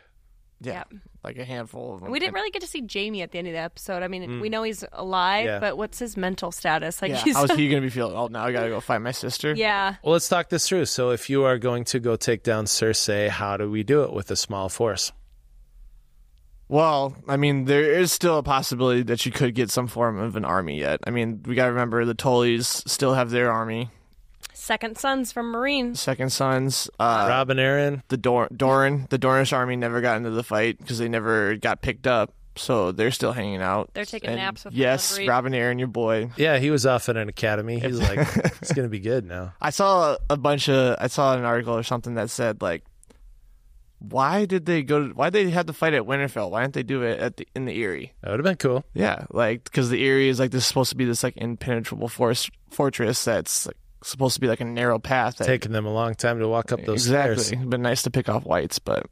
S3: yeah.
S2: Yep.
S3: Like a handful of them.
S2: We didn't really get to see Jamie at the end of the episode. I mean, we know he's alive,
S1: Mm. Yeah.
S2: but what's his mental status? Like,
S3: Yeah,
S2: he's,
S3: how is he going to be feeling? Oh, now I got to go find my sister.
S2: yeah.
S1: Well, let's talk this through. So, if you are going to go take down Cersei, how do we do it with a small force?
S3: Well, I mean, there is still a possibility that you could get some form of an army yet. I mean, we got to remember the Tollies still have their army.
S2: Second sons from Marines.
S3: Second Sons, uh,
S1: Robin Aaron.
S3: the Dor- Doran, the Dornish army never got into the fight because they never got picked up. So they're still hanging out.
S2: They're taking
S3: And
S2: naps with
S3: Yes,
S2: Robert.
S3: Robin Aaron, your boy.
S1: Yeah, he was off at an academy. He's like, it's going to be good now.
S3: I saw a bunch of I saw an article or something that said like why did they go to, why they had to fight at Winterfell? Why didn't they do it at the, in the Erie?
S1: That would have been cool.
S3: Yeah, like because the Erie is like this is supposed to be this like impenetrable forest fortress that's like supposed to be like a narrow path. That,
S1: Taking them a long time to walk up those
S3: exactly.
S1: stairs.
S3: It'd been nice to pick off whites, but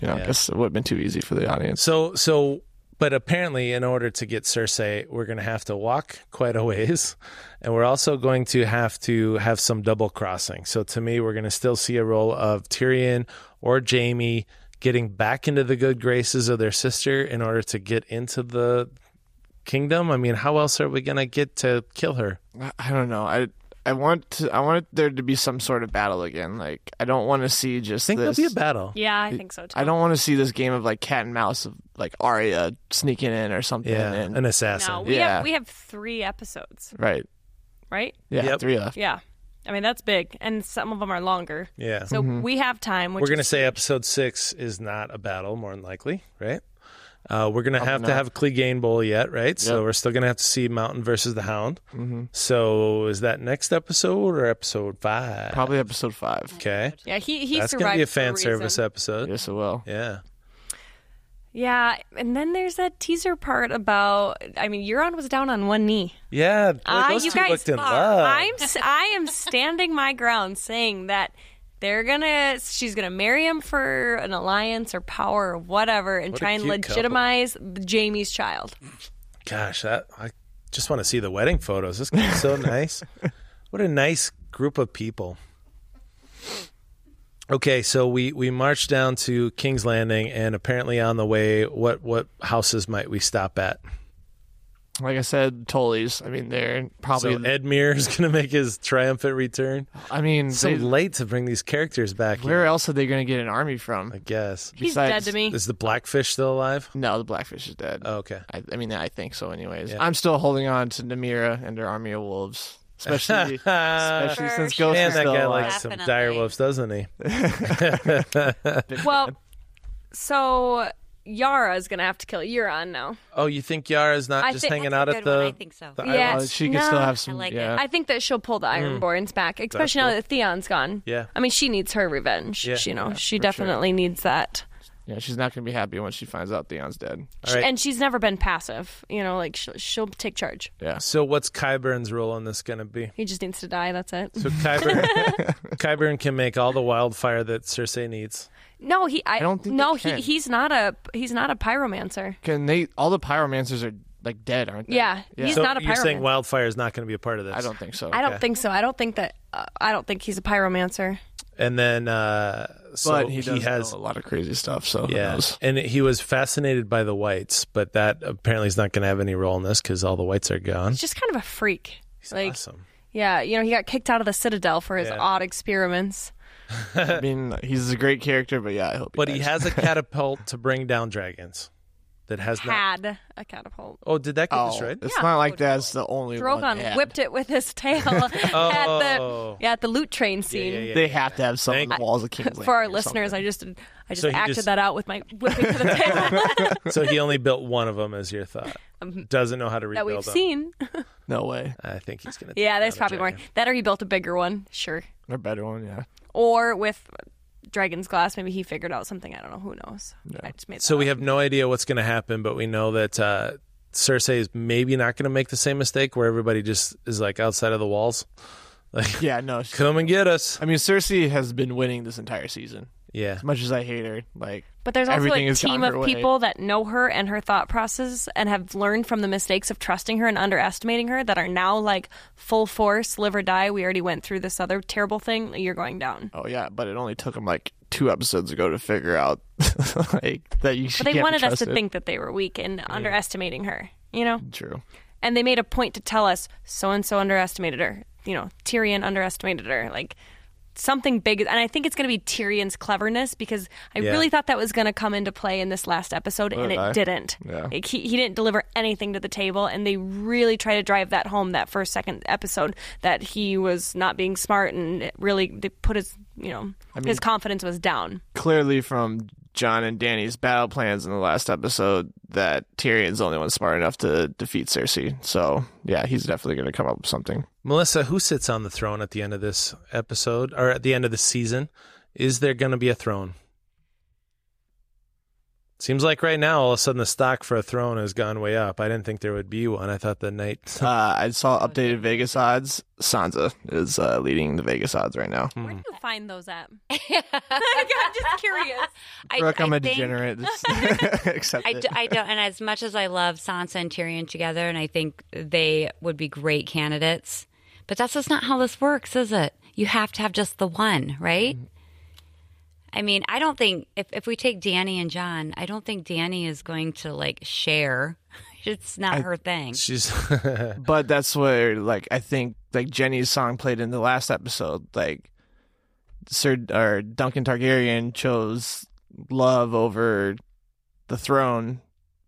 S3: you know, I guess it would have been too easy for the audience.
S1: So, so, but apparently, in order to get Cersei, we're going to have to walk quite a ways, and we're also going to have to have some double crossing. So, to me, we're going to still see a role of Tyrion or Jamie getting back into the good graces of their sister in order to get into the kingdom. I mean, how else are we going to get to kill her?
S3: I- I don't know. I I want to, I want there to be some sort of battle again. Like I don't want to see just
S1: think
S3: this.
S1: there'll be a battle.
S2: Yeah, I think so too.
S3: I don't want to see this game of like cat and mouse of like Arya sneaking in or something.
S1: Yeah,
S3: and-
S1: an assassin.
S2: No, we
S3: Yeah.
S2: have we have three episodes,
S3: right.
S2: right?
S3: Yeah,
S1: Yep.
S3: three left.
S2: Yeah, I mean that's big, and some of them are longer.
S1: Yeah.
S2: So we have time. Which
S1: Mm-hmm. we're going to
S2: is-
S1: say episode six is not a battle, more than likely, right? Uh, we're going to have to have Clegane Bowl yet, right? So
S3: Yep.
S1: we're still going to have to see Mountain versus the Hound. So is that next episode or episode five?
S3: Probably episode five.
S1: Okay.
S2: yeah, he he
S1: That's going to
S2: survived
S1: be a
S2: for
S1: fan service
S2: reason.
S1: episode.
S3: Yes, it will.
S1: Yeah.
S2: Yeah, and then there's that teaser part about. I mean, Euron was down on one knee.
S1: Yeah. boy,
S2: Ah,
S1: those
S2: you
S1: two
S2: guys
S1: looked in
S2: are-
S1: love.
S2: I'm s- I am standing my ground, saying that they're gonna she's gonna marry him for an alliance or power or whatever, and
S1: What a
S2: try and
S1: cute couple.
S2: legitimize Jamie's child.
S1: Gosh, that, I just want to see the wedding photos. This is so nice. What a nice group of people. Okay, so we we marched down to King's Landing, and apparently on the way, what what houses might we stop at?
S3: Like I said, Tollies. I mean, they're
S1: So
S3: probably.
S1: Edmure is going to make his triumphant return.
S3: I mean,
S1: So
S3: they-
S1: late to bring these characters back.
S3: where
S1: in,
S3: else are they going to get an army from?
S1: I guess
S2: He's
S3: Besides-
S2: dead to me.
S1: is the Blackfish still alive?
S3: No, the Blackfish is dead.
S1: Oh, okay,
S3: I, I mean, I think so. Anyways,
S1: Yeah.
S3: I'm still holding on to Namira and her army of wolves, especially especially
S4: For
S3: since
S4: sure.
S3: Ghost
S1: man,
S3: is
S1: that
S3: still
S1: guy
S3: alive.
S1: likes some
S4: Definitely.
S1: dire wolves, doesn't he?
S2: Well, so Yara is gonna have to kill Euron now.
S1: Oh, you think Yara's not
S2: I
S1: just
S2: think-
S1: hanging
S4: That's a
S1: out at
S4: good one.
S1: the?
S4: I think so.
S1: the
S2: Yeah.
S1: island?
S3: Uh, she can still
S2: No.
S3: have some.
S4: I like it.
S3: yeah.
S2: I think that she'll pull the Ironborns back, especially now that Theon's gone.
S1: Hmm. Yeah.
S2: I mean, she needs her revenge.
S1: Yeah.
S2: you know, she definitely needs that.
S3: Yeah, she's not going to be happy when she finds out Theon's dead.
S1: All right.
S2: And she's never been passive. You know, like she'll, she'll take charge.
S3: Yeah.
S1: So what's Kyburn's role in this going to be?
S2: He just needs to die. That's it.
S1: So Kyburn, Kyburn can make all the wildfire that Cersei needs.
S2: No, he. I,
S3: don't think
S2: No,
S3: they can.
S2: he. He's not a. He's not a pyromancer.
S3: Can they? All the pyromancers are like dead, aren't they?
S2: Yeah, he's
S1: so
S2: not a
S1: you're saying
S2: pyromancer.
S1: wildfire is not going to be a part of this.
S3: I don't think so.
S2: I don't think so. I don't think that. Uh, I don't think he's a pyromancer.
S1: And then uh, so
S3: but he, does
S1: has
S3: know a lot of crazy stuff. So who
S1: yeah,
S3: knows?
S1: and he was fascinated by the whites, but that apparently is not going to have any role in this because all the whites are gone.
S2: He's just kind of a freak. like,
S1: awesome.
S2: yeah, you know, he got kicked out of the Citadel for his
S1: Yeah.
S2: odd experiments.
S3: I mean, he's a great character, but yeah, I hope.
S1: But he
S3: dies.
S1: has a catapult to bring down dragons. That has not.
S2: Had a catapult.
S1: Oh, did that get
S3: Oh,
S1: destroyed?
S3: it's not like that's the only one.
S2: Drogon
S3: they had.
S2: whipped it with his tail at the
S1: Oh.
S2: yeah at the loot train scene.
S1: yeah, yeah.
S3: They have to have some on
S1: Thank-
S3: the walls of King's Landing.
S2: For
S3: or
S2: our
S3: something.
S2: listeners, I just I just
S1: So he
S2: acted
S1: just-
S2: that out with my whipping to the tail
S1: So he only built one of them, as your thought. Doesn't know how to rebuild
S2: Um, that we've
S1: them.
S2: seen.
S3: No way.
S1: I think he's going to.
S2: Yeah, there's probably more. That or he built a bigger one, sure.
S3: Or better one, yeah.
S2: Or with Dragon's Glass, maybe he figured out something. I don't know. Who knows? I just made that
S1: So we
S2: up.
S1: have no idea what's going to happen, but we know that uh, Cersei is maybe not going to make the same mistake where everybody just is like outside of the walls.
S3: Yeah, no. she-
S1: Come and get us.
S3: I mean, Cersei has been winning this entire season.
S1: Yeah.
S3: As much as I hate her, like
S2: But there's also
S3: everything
S2: a
S3: has
S2: team
S3: gone her
S2: of
S3: way.
S2: people that know her and her thought process and have learned from the mistakes of trusting her and underestimating her that are now like full force, live or die. We already went through this other terrible thing. You're going down.
S3: Oh yeah, but it only took them like two episodes ago to figure out like that you.
S2: But they wanted us to think that they were weak and underestimating her, you know?
S3: True.
S2: And they made a point to tell us so and so underestimated her. You know, Tyrion underestimated her. Like something big. And I think it's going to be Tyrion's cleverness because I
S1: Yeah.
S2: really thought that was going to come into play in this last episode, and it
S3: I?
S2: didn't.
S3: Yeah.
S2: Like, he, he didn't deliver anything to the table, and they really try to drive that home that first, second episode that he was not being smart and it really they put his, you know, his confidence was down.
S3: Clearly, from John and Danny's battle plans in the last episode, that Tyrion's the only one smart enough to defeat Cersei. So yeah, he's definitely going to come up with something.
S1: Melissa, who sits on the throne at the end of this episode or at the end of the season? Is there going to be a throne? Seems like right now, all of a sudden, the stock for a throne has gone way up. I didn't think there would be one. I thought the night.
S3: Uh, I saw updated Vegas odds. Sansa is uh, leading the Vegas odds right now.
S2: Where do you find those at? I'm just curious.
S4: I,
S3: Brooke, I'm
S4: I
S3: a
S4: think-
S3: degenerate. Just Accept
S4: I,
S3: it.
S4: d- I don't, and as much as I love Sansa and Tyrion together, and I think they would be great candidates, but that's just not how this works, is it? You have to have just the one, right? I mean, I don't think if, if we take Danny and John, I don't think Danny is going to like share it's not her thing.
S1: She's
S3: But that's where like I think like Jenny's song played in the last episode, like Sir or Duncan Targaryen chose love over the throne.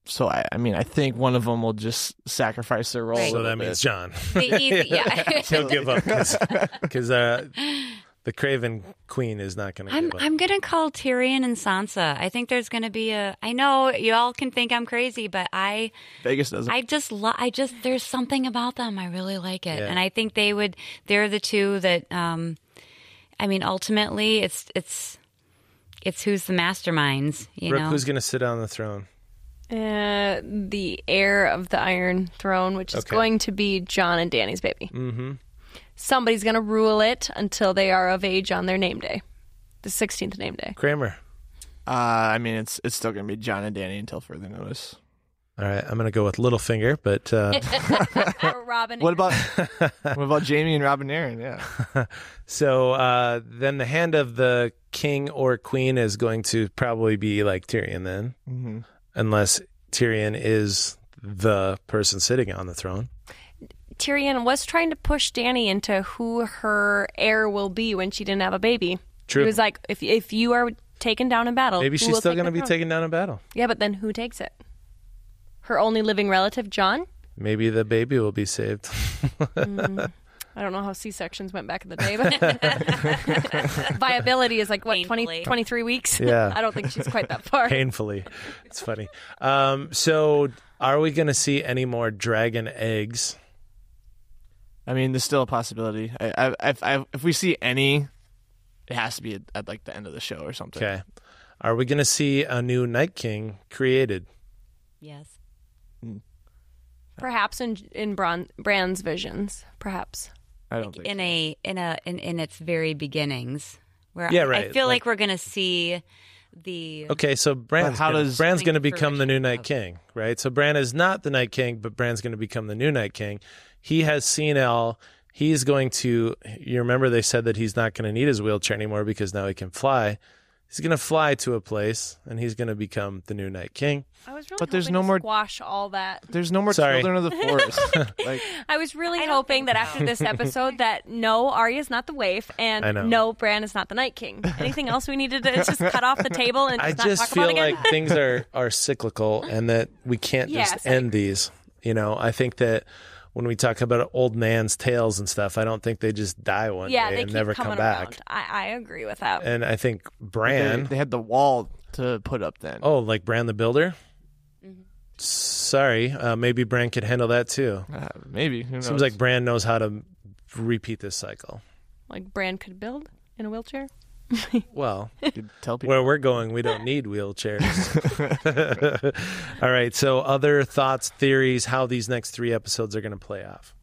S3: So I, I mean I think one of them will just sacrifice their role. a
S4: Right.
S1: so
S3: little
S1: that means
S3: bit.
S1: John.
S4: The easy, yeah.
S1: He'll give up because uh, the Craven Queen is not going to
S4: I'm
S1: give up.
S4: I'm gonna call Tyrion and Sansa. I think there's gonna be a. I know you all can think I'm crazy, but I
S3: Vegas doesn't.
S4: I just lo- I just there's something about them I really like it,
S1: Yeah.
S4: and I think they would. They're the two that. um I mean, ultimately, it's it's it's who's the masterminds, you
S1: Brooke,
S4: know.
S1: who's going to sit on the throne?
S2: Uh, the heir of the Iron Throne, which is
S1: Okay.
S2: going to be John and Danny's baby. Mm-hmm. Somebody's going to rule it until they are of age on their name day, the 16th name day.
S1: Kramer.
S3: Uh, I mean it's it's still gonna be John and Danny until further notice.
S1: All right, I'm going to go with Littlefinger, but uh,
S2: Or Robin.
S3: What about what about Jamie and Robin Aaron? Yeah.
S1: so uh, then the hand of the king or queen is going to probably be like Tyrion then, unless Tyrion is the person sitting on the throne.
S2: Tyrion was trying to push Danny into who her heir will be when she didn't have a baby.
S1: True.
S2: He was like, if if you are taken down in battle,
S1: Maybe
S2: who
S1: she's
S2: will
S1: still
S2: take
S1: going to
S2: the
S1: be
S2: throne?
S1: taken down in battle.
S2: Yeah, but then who takes it? Her only living relative, John.
S1: Maybe the baby will be saved.
S2: I don't know how C sections went back in the day, but viability is like what 20,
S4: Painfully.
S2: 23 weeks.
S1: Yeah.
S2: I don't think she's quite that far.
S1: Painfully. It's funny. Um, so are we going to see any more dragon eggs?
S3: I mean, there's still a possibility. I, I, if, I, if we see any, it has to be at, at like the end of the show or something.
S1: Okay. Are we going to see a new Night King created?
S4: yes.
S2: Perhaps in in Bron- Bran's visions, perhaps.
S3: I don't think.
S4: in a in a in, in its very beginnings where
S1: Yeah,
S4: I-
S1: right,
S4: I feel
S1: like-
S4: like, we're gonna see the
S1: Okay, so Bran's
S3: how
S1: gonna,
S3: does-
S1: Bran's going to
S4: Coming
S1: become the
S4: fruition
S1: new Night
S4: of-
S1: King, right? So Bran is not the Night King, but Bran's going to become the new Night King. He has seen L. He's going to. You remember they said that he's not going to need his wheelchair anymore because now he can fly. He's going to fly to a place, and he's going to become the new Night King.
S2: I was really
S3: But there's
S2: hoping
S3: no
S2: to
S3: more-
S2: squash all that.
S3: There's no more
S1: Sorry.
S3: children of the forest. like
S2: I was really
S4: I don't
S2: hoping
S4: think
S2: that
S4: so.
S2: after this episode that no, Arya's not the waif
S1: I
S2: and
S1: know.
S2: no, Bran is not the Night King. Anything else we needed to just cut off the table and
S1: I
S2: just not
S1: just
S2: talk about
S1: feel
S2: it again?
S1: like things are are cyclical, and that we can't
S2: Yes,
S1: just
S2: I
S1: end these. You know, I think that when we talk about old man's tales and stuff, I don't think they just die one
S2: yeah,
S1: day
S2: they
S1: and
S2: keep
S1: never
S2: coming
S1: come back.
S2: around. I, I agree with that.
S1: And I think
S3: they,
S1: Bran.
S3: they had the wall to put up then.
S1: Oh, like Bran the Builder?
S2: Mm-hmm.
S1: Sorry. Uh, maybe Bran could handle that too.
S3: Uh, maybe. Who knows?
S1: Seems like Bran knows how to repeat this cycle.
S2: like Bran could build in a wheelchair.
S1: Well,
S3: You tell people.
S1: where we're going, we don't need wheelchairs. All right. So, other thoughts, theories, how these next three episodes are going to play off.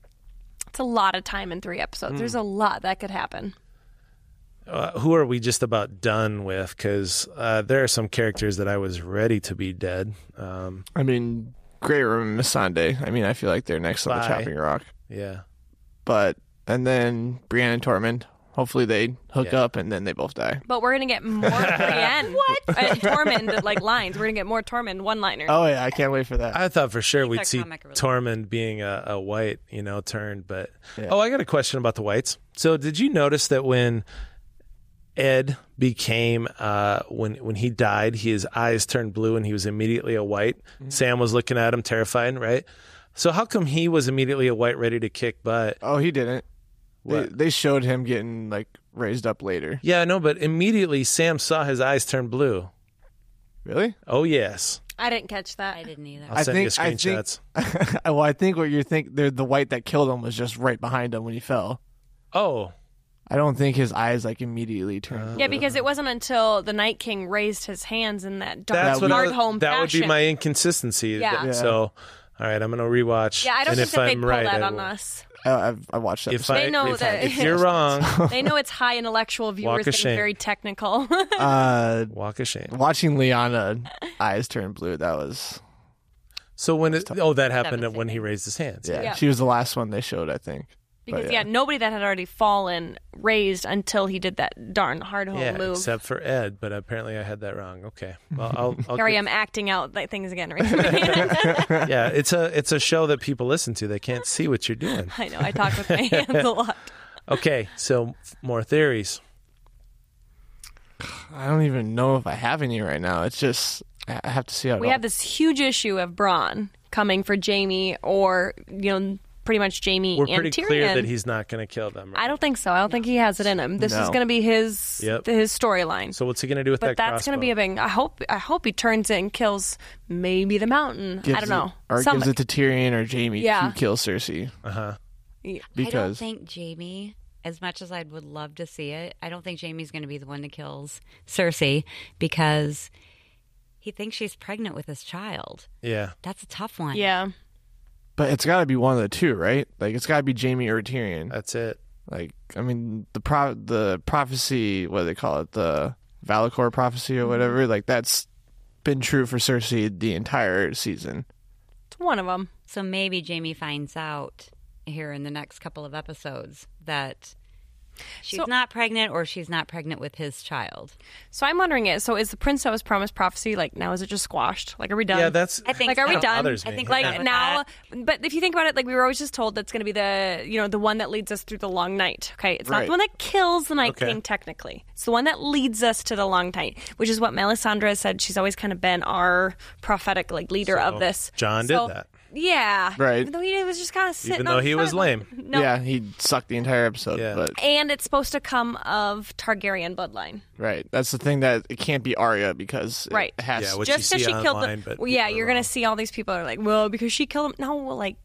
S2: It's a lot of time in three episodes. There's
S1: Mm.
S2: a lot that could happen.
S1: Uh, who are we just about done with? Because uh, there are some characters that I was ready to be dead. Um,
S3: I mean, Grey Room and Missandei. I mean, I feel like they're next on
S1: Bye.
S3: the chopping rock.
S1: yeah.
S3: But and then Brienne and Tormund. Hopefully they hook
S1: Yeah.
S3: up and then they both die.
S2: But we're gonna get more Brienne. what? And Tormund Uh, like lines. We're gonna get more Tormund one liner.
S3: Oh yeah, I can't wait for that.
S1: I thought for sure we'd
S4: our
S1: see
S4: comic relief.
S1: Tormund being a, a white, you know, turn. But
S3: Yeah.
S1: oh, I got a question about the whites. So did you notice that when Ed became uh, when when he died, his eyes turned blue and he was immediately a white. Sam was looking at him, terrified, right? So how come he was immediately a white, ready to kick butt?
S3: oh, he didn't. They,
S1: What?
S3: they showed him getting like raised up later.
S1: Yeah, no, but immediately Sam saw his eyes turn blue.
S3: Really?
S1: Oh yes,
S2: I didn't catch that.
S4: I didn't either.
S1: I'll
S3: I
S1: send
S3: think-
S1: you
S3: I
S1: screenshots.
S3: well, I think what you think the the white that killed him was just right behind him when he fell.
S1: Oh,
S3: I don't think his eyes like immediately turned.
S2: Yeah, because it wasn't until the Night King raised his hands in that dark
S1: that's what I
S2: hard
S1: was-
S2: home
S1: that would
S2: fashion.
S1: be my inconsistency.
S2: Yeah. Yeah.
S1: So, all right, I'm gonna rewatch.
S2: Yeah, I
S1: and
S2: don't think
S1: if
S2: that they'd
S1: I'm
S2: pull
S1: right,
S2: that
S1: I
S2: on
S1: will.
S2: us.
S3: I, I've I watched that.
S1: If
S2: They
S1: I,
S2: know
S1: if,
S2: that-
S1: if you're wrong,
S2: They know it's high intellectual viewers
S1: of
S2: getting
S1: shame.
S2: very technical.
S3: uh,
S1: walk of shame.
S3: watching Liana eyes turn blue, that was
S1: So when it, oh that happened when he raised his hands.
S3: yeah,
S2: Yeah.
S3: She was the last one they showed, I think.
S2: Because
S3: But,
S2: yeah.
S3: yeah.
S2: nobody that had already fallen raised until he did that darn hard hole
S1: yeah,
S2: move.
S1: except for Ed, but apparently I had that wrong. Okay, well, I'll, I'll
S2: Here I
S1: get-
S2: am acting out like things again. Right?
S1: Yeah, it's a it's a show that people listen to. They can't see what you're doing.
S2: I know I talk with my hands a lot.
S1: Okay, so more theories.
S3: I don't even know if I have any right now. It's just I I have to see how. it
S2: We
S3: all-
S2: have this huge issue of Braun coming for Jamie, or you know, pretty much Jamie
S1: We're
S2: and
S1: pretty
S2: Tyrion.
S1: clear that he's not going to kill them. Right?
S2: I don't think so. I don't think he has it in him. This is
S3: No.
S2: going to be his
S1: Yep.
S2: his storyline.
S1: So what's he going to do with that?
S2: but that's going to
S1: crossbow?
S2: be a big. I hope. I hope he turns it and kills maybe the mountain.
S3: gives
S2: I don't
S3: it-
S2: know.
S3: or
S2: Somebody.
S3: gives it to Tyrion or Jamie
S2: Yeah.
S3: to kill Cersei
S2: Yeah.
S4: I don't
S3: because
S4: think Jamie, as much as I would love to see it, I don't think Jamie's going to be the one that kills Cersei because he thinks she's pregnant with his child.
S1: yeah.
S4: That's a tough one.
S2: yeah.
S3: but it's got to be one of the two, right? Like it's got to be Jamie or Tyrion.
S1: That's it.
S3: Like I mean the pro- the prophecy, what do they call it? The Valakor prophecy or
S2: Mm-hmm.
S3: whatever. Like that's been true for Cersei the entire season.
S2: It's one of them.
S4: So maybe Jamie finds out here in the next couple of episodes that she's
S2: So-
S4: not pregnant or she's not pregnant with his child.
S2: So I'm wondering it. So is the prince that was promised prophecy like now? Is it just squashed? Like are we done?
S1: Yeah, that's.
S4: I think
S2: Like, are we
S4: so.
S2: done?
S1: Others
S4: I think
S1: may.
S4: we're
S2: like
S4: done with
S2: now
S4: that.
S2: but if you think about it like we were always just told that's going to be the you know the one that leads us through the long night okay it's not the
S3: Right.
S2: one that kills the night
S1: Okay.
S2: king technically it's the one that leads us to the long night which is what melisandre has said she's always kind of been our prophetic like leader of this
S1: John did
S2: So-
S1: that.
S2: yeah
S3: Right.
S2: even though he was just kind of sitting
S1: Even
S2: on
S1: though
S2: the
S1: he was
S2: sideline.
S1: lame.
S2: no
S3: Yeah, he sucked the entire episode.
S1: Yeah.
S3: But
S2: and it's supposed to come of targaryen bloodline
S3: right, that's the thing that it can't be Arya because
S2: Right.
S3: it has
S1: Yeah,
S3: to
S1: which
S2: just
S1: you
S2: because
S1: see
S2: she killed
S1: online,
S2: them
S1: but
S2: well, yeah
S1: people are
S2: you're going
S1: wrong.
S2: to see all these people are like well because she killed him no well, like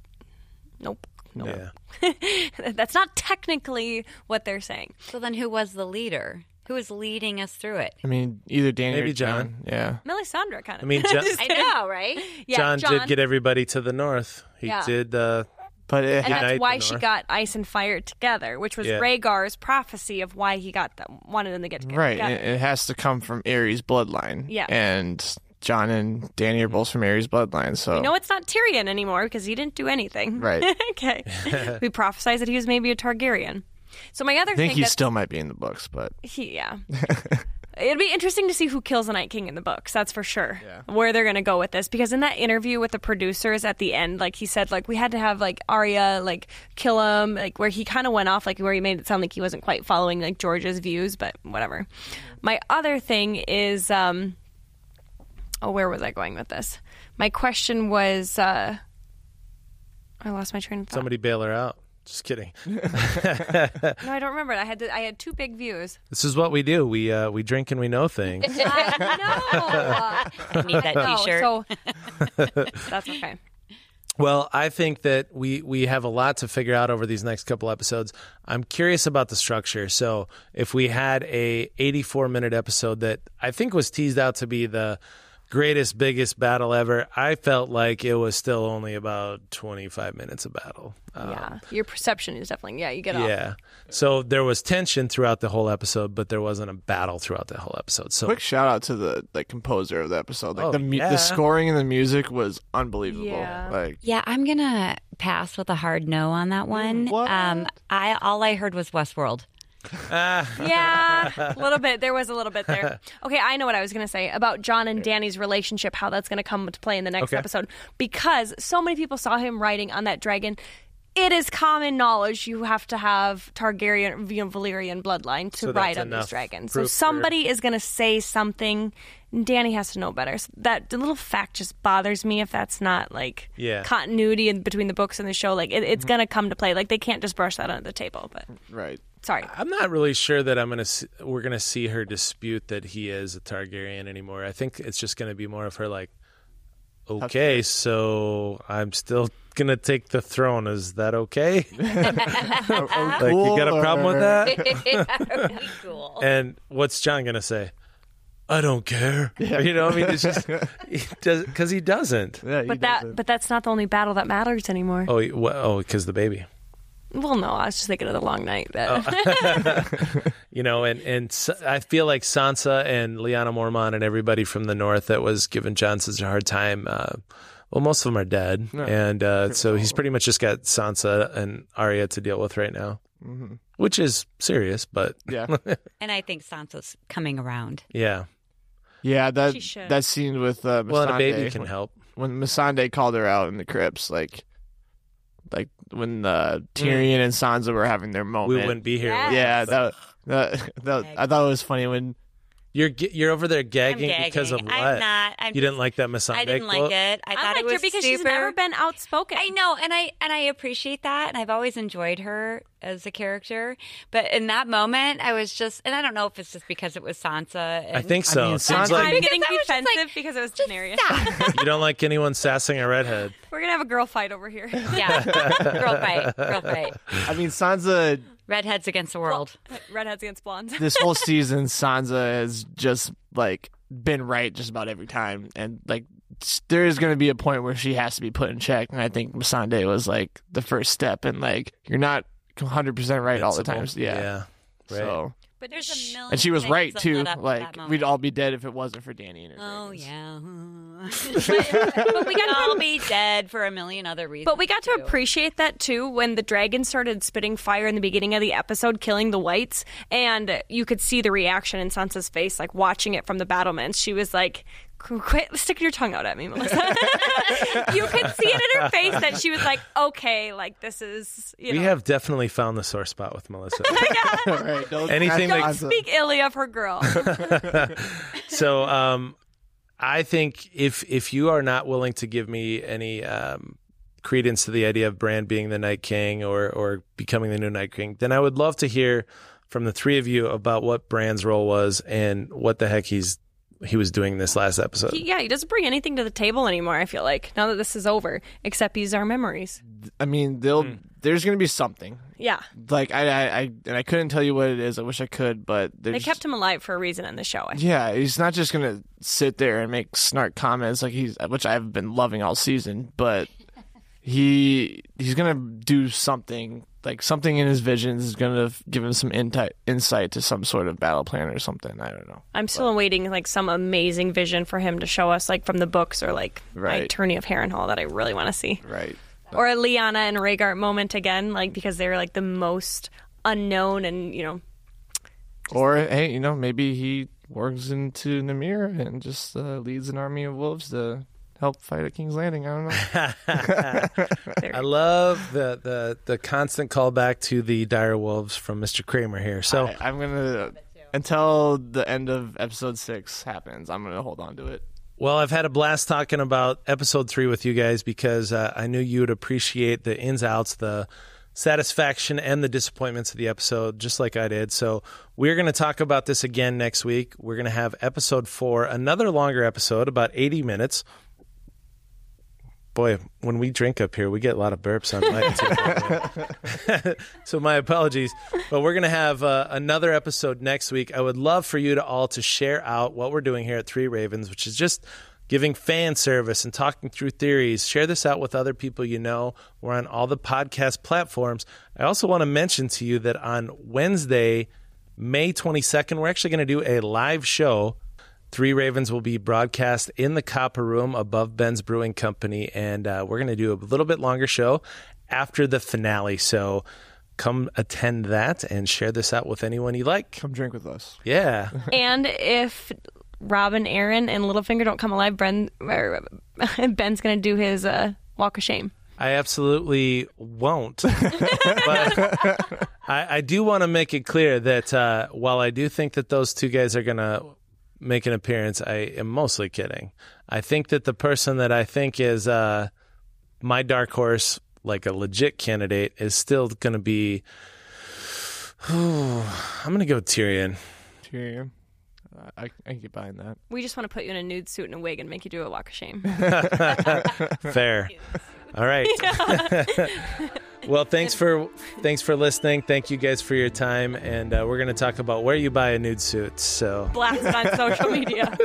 S2: nope nope
S1: Yeah.
S2: That's not technically what they're saying.
S4: So then who was the leader? Who was leading us through it?
S3: I mean, either Danny
S1: Maybe
S3: or John. Yeah.
S2: Melisandre kind
S1: I
S2: of.
S1: mean, John,
S4: I know, right?
S2: yeah,
S1: John did get everybody to the north. He
S2: Yeah.
S1: did. Uh,
S3: But
S2: and
S3: it ha-
S1: Unite
S2: that's
S1: the
S2: why she
S1: North.
S2: got ice and fire together, which was
S1: Yeah.
S2: Rhaegar's prophecy of why he got them, wanted them to get together.
S3: right, it, it has to come from Aries bloodline.
S2: Yeah.
S3: And John and Danny are both from Aries bloodline, so
S2: No, it's not Tyrion anymore because he didn't do anything.
S3: Right.
S2: okay. we prophesied that he was maybe a Targaryen. So my other
S3: I think
S2: thing
S3: he
S2: that's
S3: still might be in the books, but
S2: He, yeah. It'd be interesting to see who kills the Night King in the books. That's for sure. Where they're going to go with this because in that interview with the producers at the end, like he said, like we had to have like Arya like kill him, like where he kind of went off, like where he made it sound like he wasn't quite following like George's views, but whatever. My other thing is, um, oh, where was I going with this? My question was, uh, I lost my train of thought.
S1: somebody bail her out. Just kidding.
S2: No, I don't remember. it. I had the, I had two big views.
S1: This is what we do. We uh, we drink and we know things.
S2: I know.
S4: I need that
S2: No,
S4: t-shirt.
S2: Oh, so that's okay.
S1: Well, I think that we we have a lot to figure out over these next couple episodes. I'm curious about the structure. So, if we had a 84 minute episode that I think was teased out to be the greatest biggest battle ever, I felt like it was still only about 25 minutes of battle.
S4: Uh,
S1: Um,
S2: yeah, your perception is definitely yeah. You get off.
S1: yeah. So there was tension throughout the whole episode, but there wasn't a battle throughout the whole episode. So
S3: quick shout out to the like composer of the episode. Like
S1: Oh,
S3: the mu-
S1: yeah.
S3: the scoring and the music was unbelievable.
S2: Yeah.
S3: Like
S4: Yeah, I'm gonna pass with a hard no on that one.
S3: What?
S4: Um, I all I heard was Westworld.
S1: ah.
S2: Yeah, a little bit. There was a little bit there. Okay, I know what I was going to say about John and Danny's relationship, how that's going to come to play in the next
S1: Okay.
S2: episode, because so many people saw him riding on that dragon. It is common knowledge you have to have Targaryen, you know, Valyrian bloodline to
S1: that's
S2: ride on these
S1: enough
S2: dragons. So
S1: proof for-
S2: somebody is going to say something. and Danny has to know better. So that the little fact just bothers me if that's not like
S1: Yeah. Mm-hmm.
S2: continuity in between the books and the show. Like it, it's going to come to play. Like they can't just brush that under the table. But
S3: right.
S2: sorry.
S1: I'm not really sure that I'm gonna s we're gonna see her dispute that he is a Targaryen anymore. I think it's just gonna be more of her like, okay, so I'm still gonna take the throne. Is that okay?
S2: Uh,
S3: Oh,
S1: like you got a problem with that?
S4: cool.
S1: And what's John gonna say? I don't care. You know, I mean, it's just because does, 'cause he doesn't.
S3: Yeah, he
S2: But
S3: does
S2: that,
S3: it.
S2: but that's not the only battle that matters anymore.
S1: Oh, he- wha- oh, because the baby.
S2: Well, no, I was just thinking of the long night. That
S1: Oh. you know, and and S- I feel like Sansa and Lyanna Mormont and everybody from the north that was giving John such a hard time, uh, Well, most of them are dead, and uh, so he's pretty much just got Sansa and Arya to deal with right now, which is serious. But
S3: Mm-hmm. Yeah.
S4: And I think Sansa's coming around.
S1: yeah,
S3: Yeah, that
S2: She should.
S3: that scene with uh, Missandei,
S1: well, and a baby can help.
S3: when Missandei called her out in the crypts, like, like when uh, Tyrion and Sansa were having their
S1: Mm. We
S3: moment.
S1: wouldn't be here.
S2: Yeah.
S3: Yeah, that, that, that- I thought it was funny when
S1: You're g- you're over there gagging,
S4: gagging.
S1: because of
S4: I'm
S1: what?
S4: not- I'm
S1: you didn't like that Missandei
S4: I didn't
S1: quote?
S4: like it. I
S2: I
S4: thought it
S2: liked
S4: was
S2: her because
S4: super.
S2: she's never been outspoken.
S4: I know, and I and I appreciate that, and I've always enjoyed her as a character. But in that moment, I was just, and I don't know if it's just because it was Sansa. And
S1: I think so.
S3: I mean,
S1: It
S2: I'm
S1: Sounds
S3: Sansa-
S1: like
S2: getting
S4: Because I was just
S2: defensive
S4: like,
S2: because it was
S4: Just
S2: Daenerys.
S4: stop.
S1: you don't like anyone sassing a redhead.
S2: We're gonna have a girl fight over here.
S4: yeah, girl fight, girl fight.
S3: I mean Sansa
S4: Redheads against the world.
S2: Redheads against blondes.
S3: this whole season Sansa has just like been right just about every time and like s- there is going to be a point where she has to be put in check and I think Missandei was like the first step and like you're not 100% right all the time. Yeah.
S1: yeah. Right.
S3: So
S2: But
S4: There's a million.
S3: and she was
S4: things
S3: right
S4: that
S3: too.
S4: led up to
S3: Like
S4: that moment.
S3: we'd all be dead if it wasn't for Danny and her.
S4: Oh
S3: dragons.
S4: yeah. but we could all be dead for a million other reasons.
S2: But we got to
S4: too.
S2: appreciate that too when the dragon started spitting fire in the beginning of the episode, killing the whites, and you could see the reaction in Sansa's face, like watching it from the battlements. She was like, "Qu- "Quit sticking your tongue out at me, Melissa." you could see it in her face that she was like, "Okay, like this is you
S1: We
S2: know."
S1: have definitely found the sore spot with Melissa.
S3: All right, don't-
S1: Anything
S3: that's
S1: that-
S3: Sansa.
S2: Speak illy of her girl.
S1: so um, I think if if you are not willing to give me any um, credence to the idea of Brand being the Night King or or becoming the new Night King, then I would love to hear from the three of you about what Brand's role was and what the heck he's he was doing this last episode.
S2: He- yeah, he doesn't bring anything to the table anymore. I feel like now that this is over, except he's our memories.
S3: I mean, they'll
S1: Hmm.
S3: there's going to be something.
S2: Yeah,
S3: Like I, I, I and I couldn't tell you what it is. I wish I could, but
S2: they
S3: there's
S2: kept him alive for a reason in the show. I
S3: Yeah, he's not just gonna sit there and make snark comments like he's, which I've been loving all season. But he he's gonna do something like something in his visions is gonna f- give him some insight insight to some sort of battle plan or something. I don't know.
S2: I'm still awaiting like some amazing vision for him to show us, like from the books or like my
S3: Right.
S2: Attorney of Harrenhal that I really want to see,
S3: Right.
S2: or a Lyanna and Rhaegar moment again, like because they were like the most unknown and you know
S3: Or hey, you know maybe he works into Namir and just uh, leads an army of wolves to help fight at King's Landing. I don't know.
S1: I love the the the constant callback to the dire wolves from Mr. Kramer here. So
S3: I, I'm gonna until the end of episode six happens. I'm gonna hold on to it.
S1: Well, I've had a blast talking about episode three with you guys because uh, I knew you would appreciate the ins outs, the satisfaction, and the disappointments of the episode, just like I did. So, we're going to talk about this again next week. We're going to have episode four, another longer episode, about 80 minutes. Boy, when we drink up here, we get a lot of burps on mic. too. So my apologies, but we're going to have uh, another episode next week. I would love for you to all to share out what we're doing here at Three Ravens, which is just giving fan service and talking through theories. Share this out with other people you know. We're on all the podcast platforms. I also want to mention to you that on Wednesday, May 22nd, we're actually going to do a live show Three Ravens will be broadcast in the Copper Room above Ben's Brewing Company, and uh, we're going to do a little bit longer show after the finale. So come attend that and share this out with anyone you like.
S3: Come drink with us.
S1: Yeah.
S2: And if Robin, Aaron, and Littlefinger don't come alive, Bren, or, Ben's going to do his uh, walk of shame.
S1: I absolutely won't. but I, I do want to make it clear that uh, while I do think that those two guys are going to make an appearance, I am mostly kidding. I think that the person that I think is uh, my dark horse, like a legit candidate, is still going to be. I'm going to go Tyrion.
S3: Tyrion. I, I can get behind that.
S2: We just want to put you in a nude suit and a wig and make you do a walk of shame.
S1: Fair. All right. well, thanks for thanks for listening. Thank you guys for your time, and uh, we're going to talk about where you buy a nude suit. So
S2: Blast it on social media.